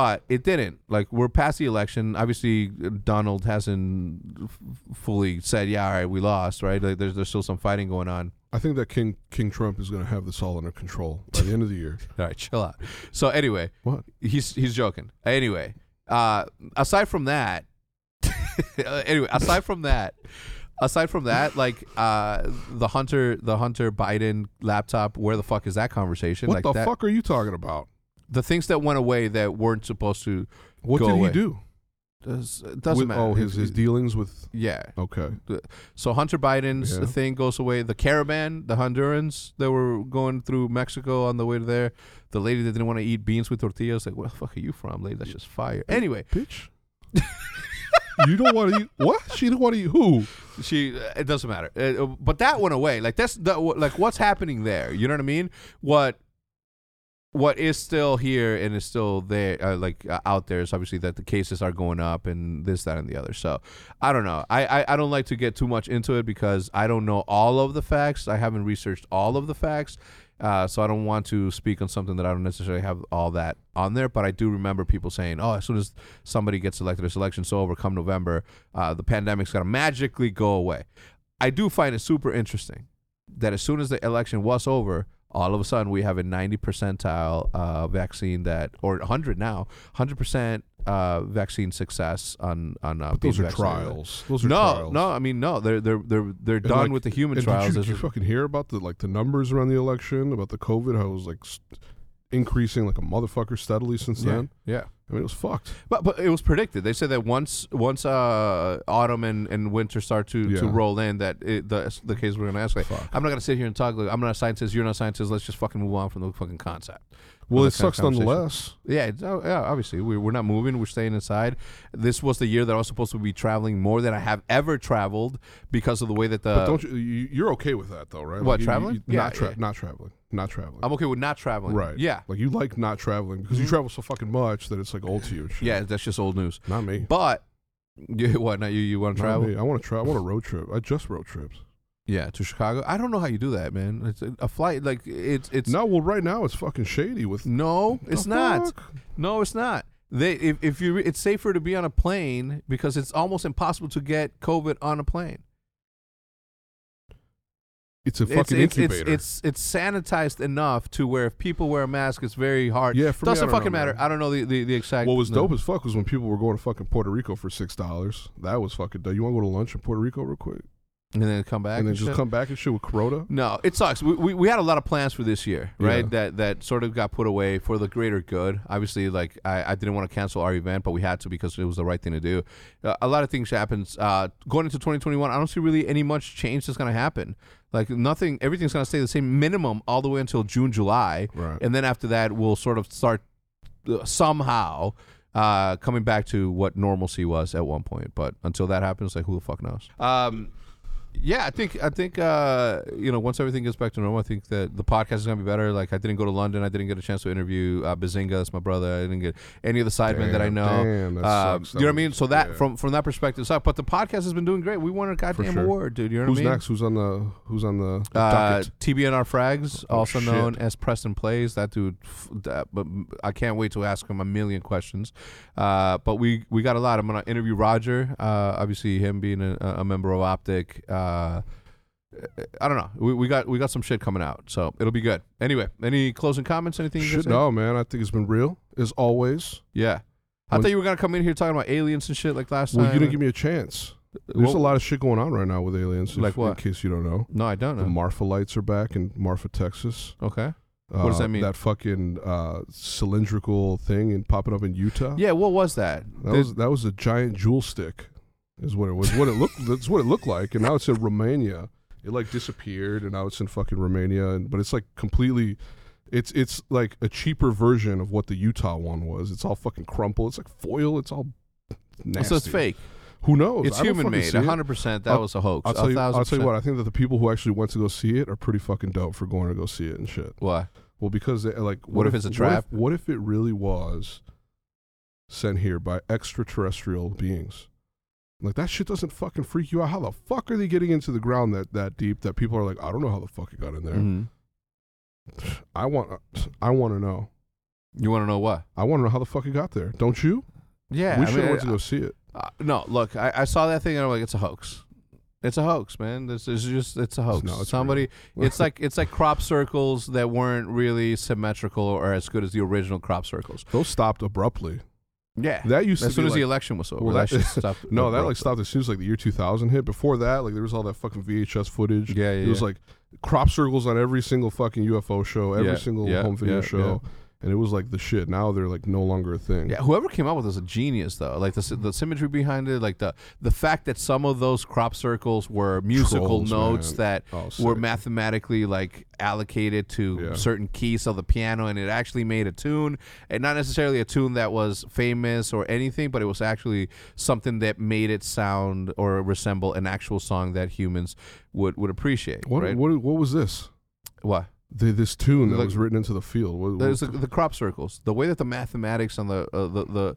[SPEAKER 1] But it didn't. Like we're past the election. Obviously, Donald hasn't f- fully said, "Yeah, all right, we lost." Right? Like, there's there's still some fighting going on.
[SPEAKER 2] I think that King King Trump is going to have this all under control
[SPEAKER 1] <laughs>
[SPEAKER 2] by the end of the year.
[SPEAKER 1] All right, chill out. So anyway,
[SPEAKER 2] What?
[SPEAKER 1] he's he's joking. Anyway, uh, aside from that, <laughs> anyway, aside from that, aside from that, like uh, the Hunter the Hunter Biden laptop, where the fuck is that conversation?
[SPEAKER 2] What
[SPEAKER 1] like
[SPEAKER 2] the
[SPEAKER 1] that,
[SPEAKER 2] fuck are you talking about?
[SPEAKER 1] The things that went away that weren't supposed to.
[SPEAKER 2] What
[SPEAKER 1] Go
[SPEAKER 2] did
[SPEAKER 1] away.
[SPEAKER 2] he do?
[SPEAKER 1] Does, it doesn't
[SPEAKER 2] With-
[SPEAKER 1] matter.
[SPEAKER 2] Oh, his
[SPEAKER 1] <laughs>
[SPEAKER 2] his dealings with.
[SPEAKER 1] yeah.
[SPEAKER 2] Okay,
[SPEAKER 1] So Hunter Biden's
[SPEAKER 2] Yeah.
[SPEAKER 1] thing goes away. The caravan, the Hondurans that were going through Mexico on the way there, the lady that didn't want to eat beans with tortillas, like, where the fuck are you from, lady? That's just fire. Anyway,
[SPEAKER 2] bitch. you don't want to eat what? She don't want to eat who?
[SPEAKER 1] she it doesn't matter Uh, but that went away like that's the, like what's happening there you know what i mean what what is still here and is still there uh, like uh, out there is obviously that the cases are going up and this that and the other so i don't know I, I i don't like to get too much into it because i don't know all of the facts i haven't researched all of the facts uh, so I don't want to speak on something that I don't necessarily have all that on there, but I do remember people saying, "Oh, as soon as somebody gets elected, this election's over. Come November, uh, the pandemic's gonna magically go away." I do find it super interesting that as soon as the election was over, all of a sudden we have a 90 percentile uh, vaccine that, or 100 now, 100 percent uh, vaccine success on on. Uh,
[SPEAKER 2] But those
[SPEAKER 1] being
[SPEAKER 2] are
[SPEAKER 1] vaccinated.
[SPEAKER 2] trials. Those are
[SPEAKER 1] No,
[SPEAKER 2] trials.
[SPEAKER 1] no, I mean no. They're they're they're they're
[SPEAKER 2] And,
[SPEAKER 1] done
[SPEAKER 2] like,
[SPEAKER 1] with the human
[SPEAKER 2] And
[SPEAKER 1] trials.
[SPEAKER 2] Did you,
[SPEAKER 1] This
[SPEAKER 2] did you
[SPEAKER 1] is-
[SPEAKER 2] fucking hear about the like the numbers around the election about the COVID? How it was like st- increasing like a motherfucker steadily since
[SPEAKER 1] yeah,
[SPEAKER 2] then.
[SPEAKER 1] yeah.
[SPEAKER 2] I mean, it was fucked.
[SPEAKER 1] But but it was predicted. They said that once once uh, autumn and, and winter start to, to
[SPEAKER 2] Yeah.
[SPEAKER 1] roll in, that it, the the case we're gonna ask. Like,
[SPEAKER 2] Fuck.
[SPEAKER 1] I'm not gonna sit here and talk. Like, I'm not a scientist. You're not a scientist. Let's just fucking move on from the fucking concept.
[SPEAKER 2] Well, it
[SPEAKER 1] That's kinda
[SPEAKER 2] sucks nonetheless.
[SPEAKER 1] Yeah, it's, oh, yeah. Obviously, we, we're not moving. We're staying inside. This was the year that I was supposed to be traveling more than I have ever traveled because of the way that the.
[SPEAKER 2] But don't you, you? You're okay with that though, right?
[SPEAKER 1] Uh, What,
[SPEAKER 2] you- you-
[SPEAKER 1] traveling?
[SPEAKER 2] you-
[SPEAKER 1] Yeah,
[SPEAKER 2] not, tra-
[SPEAKER 1] yeah.
[SPEAKER 2] not traveling. Not traveling.
[SPEAKER 1] I'm okay with not traveling.
[SPEAKER 2] right.
[SPEAKER 1] Yeah. Mm-hmm.
[SPEAKER 2] Like you like not traveling because you travel so fucking much that it's like old to you. and shit.
[SPEAKER 1] Yeah. That's just old news.
[SPEAKER 2] Not me.
[SPEAKER 1] But <laughs> you, what? Not you. You want to
[SPEAKER 2] Not
[SPEAKER 1] travel?
[SPEAKER 2] me. I want to travel. I want a road trip. I just road trips.
[SPEAKER 1] Yeah, to Chicago. I don't know how you do that, man. It's a, a flight like it's it's
[SPEAKER 2] No, well, right now it's fucking shady with.
[SPEAKER 1] no, it's
[SPEAKER 2] The
[SPEAKER 1] not.
[SPEAKER 2] fuck?
[SPEAKER 1] No, it's not. They if, if you re- it's safer to be on a plane because it's almost impossible to get COVID on a plane.
[SPEAKER 2] It's a
[SPEAKER 1] It's-
[SPEAKER 2] fucking
[SPEAKER 1] it's, it's,
[SPEAKER 2] incubator.
[SPEAKER 1] it's it's sanitized enough to where if people wear a mask, it's very hard.
[SPEAKER 2] Yeah, for me,
[SPEAKER 1] doesn't
[SPEAKER 2] I don't
[SPEAKER 1] fucking
[SPEAKER 2] know,
[SPEAKER 1] matter.
[SPEAKER 2] man.
[SPEAKER 1] I don't know the the, the exact.
[SPEAKER 2] what was
[SPEAKER 1] no.
[SPEAKER 2] dope as fuck was when people were going to fucking Puerto Rico for six dollars. That was fucking dope. You want to go to lunch in Puerto Rico real quick,
[SPEAKER 1] and then come back
[SPEAKER 2] and then
[SPEAKER 1] and
[SPEAKER 2] just
[SPEAKER 1] shit?
[SPEAKER 2] come back and shit with Corona.
[SPEAKER 1] No, it sucks. We, we, we had a lot of plans for this year, right?
[SPEAKER 2] Yeah.
[SPEAKER 1] That that sort of got put away for the greater good. Obviously, like I, I didn't want to cancel our event, but we had to because it was the right thing to do. Uh, a lot of things happens uh, going into 2021. I don't see really any much change that's going to happen. Like nothing, everything's going to stay the same minimum all the way until June, July,
[SPEAKER 2] Right.
[SPEAKER 1] and then after that, we'll sort of start uh, somehow. Uh, coming back to what normalcy was at one point, but until that happens, like who the fuck knows? Um, yeah, I think I think uh, you know once everything gets back to normal, I think that the podcast is gonna be better. Like I didn't go to London, I didn't get a chance to interview uh, Bazinga, that's my brother. I didn't get any of the sidemen that I
[SPEAKER 2] Damn,
[SPEAKER 1] know.
[SPEAKER 2] damn, that
[SPEAKER 1] Um,
[SPEAKER 2] sucks.
[SPEAKER 1] you know what I
[SPEAKER 2] That
[SPEAKER 1] mean?
[SPEAKER 2] was-
[SPEAKER 1] So that
[SPEAKER 2] yeah.
[SPEAKER 1] from from that perspective, sucked. But the podcast has been doing great. We won a goddamn
[SPEAKER 2] sure.
[SPEAKER 1] award, dude. You know
[SPEAKER 2] Who's
[SPEAKER 1] what I mean?
[SPEAKER 2] next? Who's on the Who's on the, the
[SPEAKER 1] Uh,
[SPEAKER 2] docket?
[SPEAKER 1] TBNR Frags, also
[SPEAKER 2] shit.
[SPEAKER 1] known as Preston Plays. That dude, f- that, but I can't wait to ask him a million questions. Uh, but we we got a lot. I'm gonna interview Roger. Uh, obviously, him being a, a member of Optic. Uh, I don't know. We, we got we got some shit coming out, so it'll be good. Anyway, any closing comments? Anything? You
[SPEAKER 2] Shit,
[SPEAKER 1] should
[SPEAKER 2] no, man. I think it's been real as always.
[SPEAKER 1] Yeah. I
[SPEAKER 2] Well-
[SPEAKER 1] thought you were gonna come in here talking about aliens and shit like last
[SPEAKER 2] Well,
[SPEAKER 1] time.
[SPEAKER 2] you didn't give me a chance. There's
[SPEAKER 1] Well,
[SPEAKER 2] a lot of shit going on right now with aliens. if-
[SPEAKER 1] Like what?
[SPEAKER 2] In case you don't know,
[SPEAKER 1] No, I don't
[SPEAKER 2] the
[SPEAKER 1] know.
[SPEAKER 2] Marfa lights are back in Marfa, Texas.
[SPEAKER 1] Okay. What does
[SPEAKER 2] Uh,
[SPEAKER 1] that mean?
[SPEAKER 2] That fucking uh, cylindrical thing and popping up in Utah.
[SPEAKER 1] Yeah. What was that?
[SPEAKER 2] that
[SPEAKER 1] Did-
[SPEAKER 2] was that was a giant jewel stick, is what it was. What it
[SPEAKER 1] <laughs>
[SPEAKER 2] looked that's what it looked like, and now it's in Romania. It like disappeared, and now it's in fucking Romania. And but it's like completely, it's it's like a cheaper version of what the Utah one was. It's all fucking crumpled. It's like foil. It's all nasty.
[SPEAKER 1] so it's fake.
[SPEAKER 2] Who knows?
[SPEAKER 1] It's
[SPEAKER 2] I don't
[SPEAKER 1] human
[SPEAKER 2] fucking
[SPEAKER 1] made.
[SPEAKER 2] see it.
[SPEAKER 1] 100%. That
[SPEAKER 2] I'll-
[SPEAKER 1] was a hoax.
[SPEAKER 2] I'll tell, you,
[SPEAKER 1] 1000%.
[SPEAKER 2] I'll tell you what. I think that the people who actually went to go see it are pretty fucking dope for going to go see it and shit.
[SPEAKER 1] Why?
[SPEAKER 2] Well, because they, like,
[SPEAKER 1] What if it's a trap?
[SPEAKER 2] What if, what if it really was sent here by extraterrestrial beings? Like that shit doesn't fucking freak you out. How the fuck are they getting into the ground that that deep? That people are like, I don't know how the fuck it got in there.
[SPEAKER 1] Mhm.
[SPEAKER 2] I want, I want to know.
[SPEAKER 1] You want to know what?
[SPEAKER 2] I want to know how the fuck it got there. Don't you?
[SPEAKER 1] Yeah.
[SPEAKER 2] we
[SPEAKER 1] I
[SPEAKER 2] should
[SPEAKER 1] mean,
[SPEAKER 2] have went to go see it.
[SPEAKER 1] uh, no, look, I, I saw that thing and I'm like, it's a hoax. It's a hoax, man. This is just it's a hoax.
[SPEAKER 2] not, it's
[SPEAKER 1] Somebody, it's like it's like crop circles that weren't really symmetrical or as good as the original crop circles.
[SPEAKER 2] <laughs> Those stopped abruptly.
[SPEAKER 1] Yeah,
[SPEAKER 2] That used
[SPEAKER 1] as
[SPEAKER 2] to
[SPEAKER 1] soon
[SPEAKER 2] be
[SPEAKER 1] as the
[SPEAKER 2] like-
[SPEAKER 1] election was over,
[SPEAKER 2] Well,
[SPEAKER 1] that,
[SPEAKER 2] that- <laughs>
[SPEAKER 1] shit stopped.
[SPEAKER 2] No, that
[SPEAKER 1] abruptly.
[SPEAKER 2] like stopped as soon as like the year 2000 hit. Before that, like there was all that fucking VHS footage.
[SPEAKER 1] Yeah, yeah,
[SPEAKER 2] It was
[SPEAKER 1] yeah.
[SPEAKER 2] like crop circles on every single fucking UFO show, every
[SPEAKER 1] Yeah,
[SPEAKER 2] single
[SPEAKER 1] yeah,
[SPEAKER 2] home video
[SPEAKER 1] yeah,
[SPEAKER 2] show, and it was like the shit. Now they're like no longer a thing.
[SPEAKER 1] Yeah, whoever came up with this is a genius though. Like the sy- the symmetry behind it, like the the fact that some of those crop circles were musical
[SPEAKER 2] Trolls,
[SPEAKER 1] notes
[SPEAKER 2] man.
[SPEAKER 1] that
[SPEAKER 2] Oh,
[SPEAKER 1] were
[SPEAKER 2] sick.
[SPEAKER 1] mathematically like allocated to
[SPEAKER 2] Yeah.
[SPEAKER 1] certain keys of the piano, and it actually made a tune, and not necessarily a tune that was famous or anything, but it was actually something that made it sound or resemble an actual song that humans would would appreciate.
[SPEAKER 2] What,
[SPEAKER 1] right?
[SPEAKER 2] what what was this?
[SPEAKER 1] What?
[SPEAKER 2] The, this tune that
[SPEAKER 1] Like-
[SPEAKER 2] was written into the field. What, what-
[SPEAKER 1] There's the, the crop circles. The way that the mathematics on the uh, the, the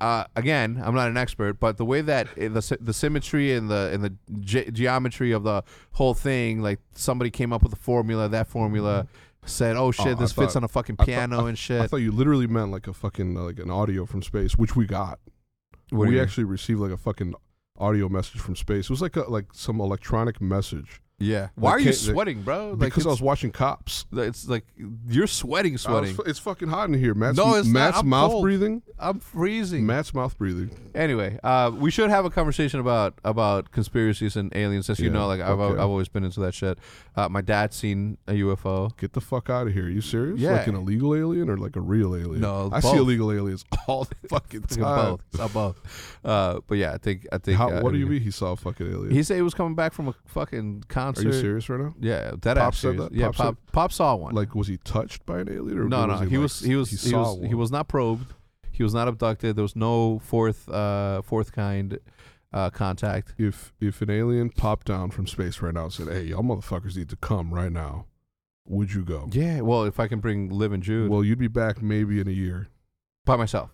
[SPEAKER 1] uh, again, I'm not an expert, but the way that i- the sy- the symmetry and the and the ge- geometry of the whole thing, like somebody came up with a formula. That formula said, "Oh shit,
[SPEAKER 2] Mm-hmm. I
[SPEAKER 1] this fits
[SPEAKER 2] thought-
[SPEAKER 1] on a fucking
[SPEAKER 2] I thought-
[SPEAKER 1] piano and shit."
[SPEAKER 2] I thought you literally meant like a fucking uh, like an audio from space, which we got.
[SPEAKER 1] What do
[SPEAKER 2] we
[SPEAKER 1] you mean?
[SPEAKER 2] actually received like a fucking audio message from space. It was like a like some electronic message
[SPEAKER 1] Yeah. Why are you
[SPEAKER 2] can't- they-
[SPEAKER 1] sweating, bro? Like
[SPEAKER 2] because I was
[SPEAKER 1] it's,
[SPEAKER 2] watching Cops.
[SPEAKER 1] it's like you're sweating,
[SPEAKER 2] I was
[SPEAKER 1] sweating.
[SPEAKER 2] fu- it's fucking hot in here. Matt's,
[SPEAKER 1] No, it's not.
[SPEAKER 2] Matt's
[SPEAKER 1] I'm
[SPEAKER 2] mouth
[SPEAKER 1] cold.
[SPEAKER 2] breathing.
[SPEAKER 1] I'm freezing.
[SPEAKER 2] Matt's mouth breathing.
[SPEAKER 1] Anyway, uh, we should have a conversation about about conspiracies and aliens. Since you
[SPEAKER 2] Yeah,
[SPEAKER 1] know, like I've
[SPEAKER 2] okay.
[SPEAKER 1] I've always been into that shit. Uh, my dad's seen a UFO.
[SPEAKER 2] Get the fuck out of here. Are you serious?
[SPEAKER 1] Yeah.
[SPEAKER 2] Like an illegal alien or like a real alien?
[SPEAKER 1] No,
[SPEAKER 2] I
[SPEAKER 1] both.
[SPEAKER 2] see illegal aliens <laughs>
[SPEAKER 1] <laughs>
[SPEAKER 2] all the fucking
[SPEAKER 1] It's like
[SPEAKER 2] time.
[SPEAKER 1] both. It's not both. Uh, but yeah, I think I think.
[SPEAKER 2] How,
[SPEAKER 1] uh,
[SPEAKER 2] what do you mean he saw a fucking alien?
[SPEAKER 1] He said he was coming back from a fucking
[SPEAKER 2] Are
[SPEAKER 1] concert.
[SPEAKER 2] you serious right now?
[SPEAKER 1] Yeah, that
[SPEAKER 2] Pop
[SPEAKER 1] ass
[SPEAKER 2] said
[SPEAKER 1] serious.
[SPEAKER 2] that?
[SPEAKER 1] Yeah,
[SPEAKER 2] Pop
[SPEAKER 1] pop,
[SPEAKER 2] said-
[SPEAKER 1] pop, saw one.
[SPEAKER 2] Like, was he touched by an alien? Or
[SPEAKER 1] no, no,
[SPEAKER 2] was
[SPEAKER 1] he,
[SPEAKER 2] like,
[SPEAKER 1] was he was he,
[SPEAKER 2] saw
[SPEAKER 1] was he
[SPEAKER 2] one?
[SPEAKER 1] was not probed. He was not abducted. There was no fourth uh fourth kind uh contact.
[SPEAKER 2] If if an alien popped down from space right now and said, "Hey, y'all motherfuckers need to come right now," would you go?
[SPEAKER 1] Yeah, well, if I can bring Liv and Jude
[SPEAKER 2] Well, you'd be back maybe in a year.
[SPEAKER 1] by myself,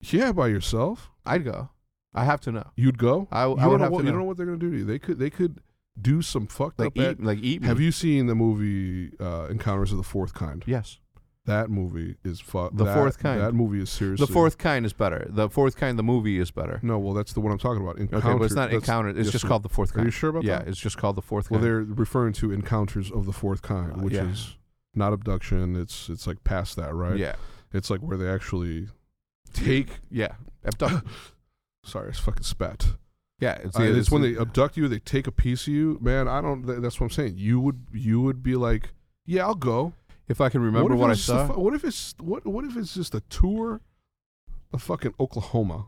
[SPEAKER 2] Yeah, by yourself,
[SPEAKER 1] I'd go. I have to know.
[SPEAKER 2] you'd go.
[SPEAKER 1] I, I
[SPEAKER 2] you don't
[SPEAKER 1] would
[SPEAKER 2] know
[SPEAKER 1] have
[SPEAKER 2] what
[SPEAKER 1] to
[SPEAKER 2] you
[SPEAKER 1] know.
[SPEAKER 2] don't know what they're gonna do to you. They could they could do some fucked
[SPEAKER 1] like
[SPEAKER 2] up. act-
[SPEAKER 1] eat like eat me.
[SPEAKER 2] Have you seen the movie uh, Encounters of the Fourth Kind?
[SPEAKER 1] Yes.
[SPEAKER 2] That movie is fuck.
[SPEAKER 1] The
[SPEAKER 2] that-
[SPEAKER 1] Fourth Kind.
[SPEAKER 2] That movie is seriously
[SPEAKER 1] The fourth kind is better. The fourth kind, the movie is better.
[SPEAKER 2] No, well, that's the one I'm talking about. Encounter.
[SPEAKER 1] Okay, but it's not
[SPEAKER 2] that's-
[SPEAKER 1] encounter. It's
[SPEAKER 2] yes,
[SPEAKER 1] just
[SPEAKER 2] sir.
[SPEAKER 1] called the fourth
[SPEAKER 2] Are
[SPEAKER 1] kind.
[SPEAKER 2] you sure about
[SPEAKER 1] yeah,
[SPEAKER 2] that?
[SPEAKER 1] it's just called the fourth
[SPEAKER 2] Well,
[SPEAKER 1] kind.
[SPEAKER 2] they're referring to encounters of the fourth kind,
[SPEAKER 1] Uh,
[SPEAKER 2] which
[SPEAKER 1] yeah.
[SPEAKER 2] is not abduction. It's it's like past that, right?
[SPEAKER 1] Yeah,
[SPEAKER 2] It's like where they actually take.
[SPEAKER 1] yeah.
[SPEAKER 2] <laughs>
[SPEAKER 1] Abduct.
[SPEAKER 2] Sorry, it's fucking spat.
[SPEAKER 1] yeah, it's,
[SPEAKER 2] Uh, it's, when
[SPEAKER 1] the-
[SPEAKER 2] they abduct you, they take a piece of you. Man, I don't. Th- that's what I'm saying. You would you would be like, yeah, I'll go.
[SPEAKER 1] If I can remember
[SPEAKER 2] if
[SPEAKER 1] what,
[SPEAKER 2] it
[SPEAKER 1] I
[SPEAKER 2] was just a
[SPEAKER 1] saw.
[SPEAKER 2] fu- what if it's what what if it's just a tour of fucking Oklahoma?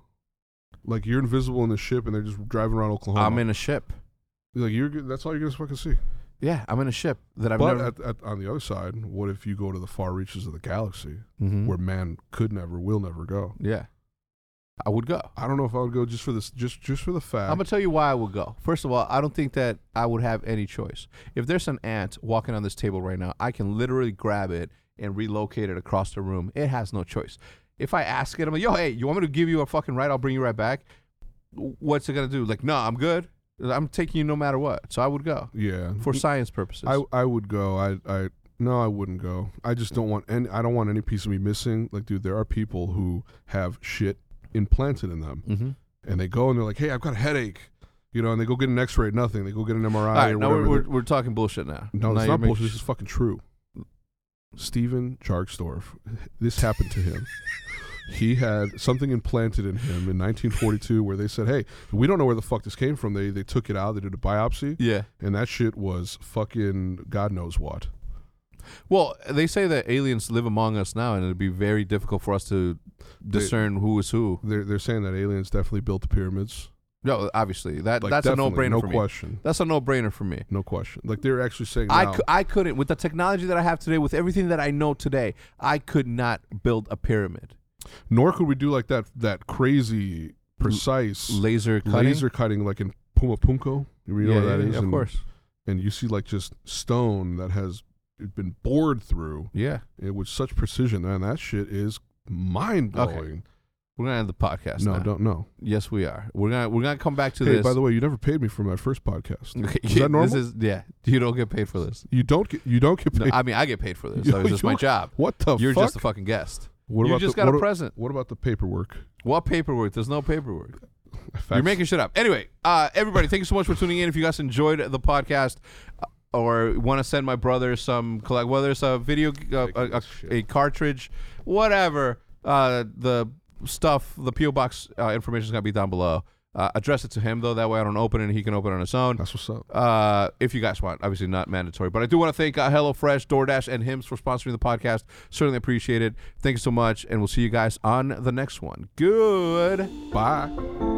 [SPEAKER 2] Like you're invisible in the ship, and they're just driving around Oklahoma.
[SPEAKER 1] I'm in a ship.
[SPEAKER 2] Like you're g- that's all you're gonna fucking see.
[SPEAKER 1] Yeah, I'm in a ship that I've
[SPEAKER 2] but
[SPEAKER 1] never.
[SPEAKER 2] at, at, on the other side, what if you go to the far reaches of the galaxy
[SPEAKER 1] Mhm.
[SPEAKER 2] where man could never, will never go?
[SPEAKER 1] yeah, I would go.
[SPEAKER 2] I don't know if I would go just for this, just just for the fact.
[SPEAKER 1] I'm gonna tell you why I would go. First of all, I don't think that I would have any choice. If there's an ant walking on this table right now, I can literally grab it and relocate it across the room. It has no choice. If I ask it, I'm like, yo, hey, you want me to give you a fucking ride? I'll bring you right back. What's it gonna do? Like, no, I'm good. I'm taking you no matter what. So I would go
[SPEAKER 2] yeah,
[SPEAKER 1] for science purposes.
[SPEAKER 2] I I would go. I I no, I wouldn't go. I just don't want any. I don't want any piece of me missing. Like, dude, there are people who have shit implanted in them,
[SPEAKER 1] mm-hmm.
[SPEAKER 2] and they go and they're like, "Hey, I've got a headache," you know, and they go get an X-ray, nothing. They go get an MRI
[SPEAKER 1] All right,
[SPEAKER 2] or
[SPEAKER 1] now
[SPEAKER 2] whatever.
[SPEAKER 1] we're, we're,
[SPEAKER 2] They're-
[SPEAKER 1] we're talking bullshit now.
[SPEAKER 2] no,
[SPEAKER 1] Now
[SPEAKER 2] it's
[SPEAKER 1] you're
[SPEAKER 2] not
[SPEAKER 1] making-
[SPEAKER 2] bullshit. This is fucking true. Steven Chargstorff. This happened to him. he had something implanted in him in 1942 where they said, "Hey, we don't know where the fuck this came from." They they took it out. They did a biopsy,
[SPEAKER 1] <laughs> Yeah.
[SPEAKER 2] and that shit was fucking God knows what.
[SPEAKER 1] Well, they say that aliens live among us now, and it'd be very difficult for us to discern who is who.
[SPEAKER 2] They're they're saying that aliens definitely built the pyramids.
[SPEAKER 1] No, obviously that
[SPEAKER 2] Like,
[SPEAKER 1] that's a no
[SPEAKER 2] definitely,
[SPEAKER 1] brainer
[SPEAKER 2] No
[SPEAKER 1] for me.
[SPEAKER 2] question.
[SPEAKER 1] That's a no brainer for me.
[SPEAKER 2] No question. Like they're actually saying
[SPEAKER 1] I I,
[SPEAKER 2] now,
[SPEAKER 1] c- I couldn't with the technology that I have today, with everything that I know today, I could not build a pyramid.
[SPEAKER 2] nor could we do like that that crazy precise
[SPEAKER 1] Laser cutting.
[SPEAKER 2] laser cutting like in Puma Punko. You know
[SPEAKER 1] yeah,
[SPEAKER 2] what that is?
[SPEAKER 1] yeah, yeah, of
[SPEAKER 2] And-
[SPEAKER 1] course.
[SPEAKER 2] and you see like just stone that has been bored through
[SPEAKER 1] Yeah,
[SPEAKER 2] it with such precision, man. That shit is mind blowing.
[SPEAKER 1] we're gonna end the podcast.
[SPEAKER 2] No,
[SPEAKER 1] now.
[SPEAKER 2] don't know.
[SPEAKER 1] Yes, we are. We're gonna we're gonna come back to
[SPEAKER 2] Hey,
[SPEAKER 1] this.
[SPEAKER 2] by
[SPEAKER 1] <laughs>
[SPEAKER 2] the way, you never paid me for my first podcast.
[SPEAKER 1] Okay,
[SPEAKER 2] is
[SPEAKER 1] yeah,
[SPEAKER 2] that normal?
[SPEAKER 1] This is yeah. You don't get paid for this.
[SPEAKER 2] You don't get. You don't get
[SPEAKER 1] No,
[SPEAKER 2] paid.
[SPEAKER 1] I mean, I get paid for
[SPEAKER 2] <laughs>
[SPEAKER 1] this.
[SPEAKER 2] You-
[SPEAKER 1] So it's just my
[SPEAKER 2] you-
[SPEAKER 1] job.
[SPEAKER 2] what the
[SPEAKER 1] You're
[SPEAKER 2] fuck?
[SPEAKER 1] just a fucking guest.
[SPEAKER 2] what
[SPEAKER 1] you
[SPEAKER 2] about
[SPEAKER 1] just
[SPEAKER 2] the,
[SPEAKER 1] got
[SPEAKER 2] what
[SPEAKER 1] a
[SPEAKER 2] a-
[SPEAKER 1] present.
[SPEAKER 2] What about the paperwork?
[SPEAKER 1] What paperwork? There's no paperwork.
[SPEAKER 2] Fax-
[SPEAKER 1] You're making shit up. Anyway, uh, everybody, thank you so much for tuning in. If you guys enjoyed the podcast uh, or want to send my brother some collect, whether it's a video, uh, a, a, a cartridge, whatever, uh, the stuff, the PO box uh, information is gonna be down below. Uh, address it to him though. That way, I don't open it, and he can open it on his own.
[SPEAKER 2] That's what's up.
[SPEAKER 1] Uh, if you guys want, obviously not mandatory, but I do want to thank uh, HelloFresh, DoorDash, and Hims for sponsoring the podcast. Certainly appreciate it. Thank you so much, and we'll see you guys on the next one. Good.
[SPEAKER 2] Bye.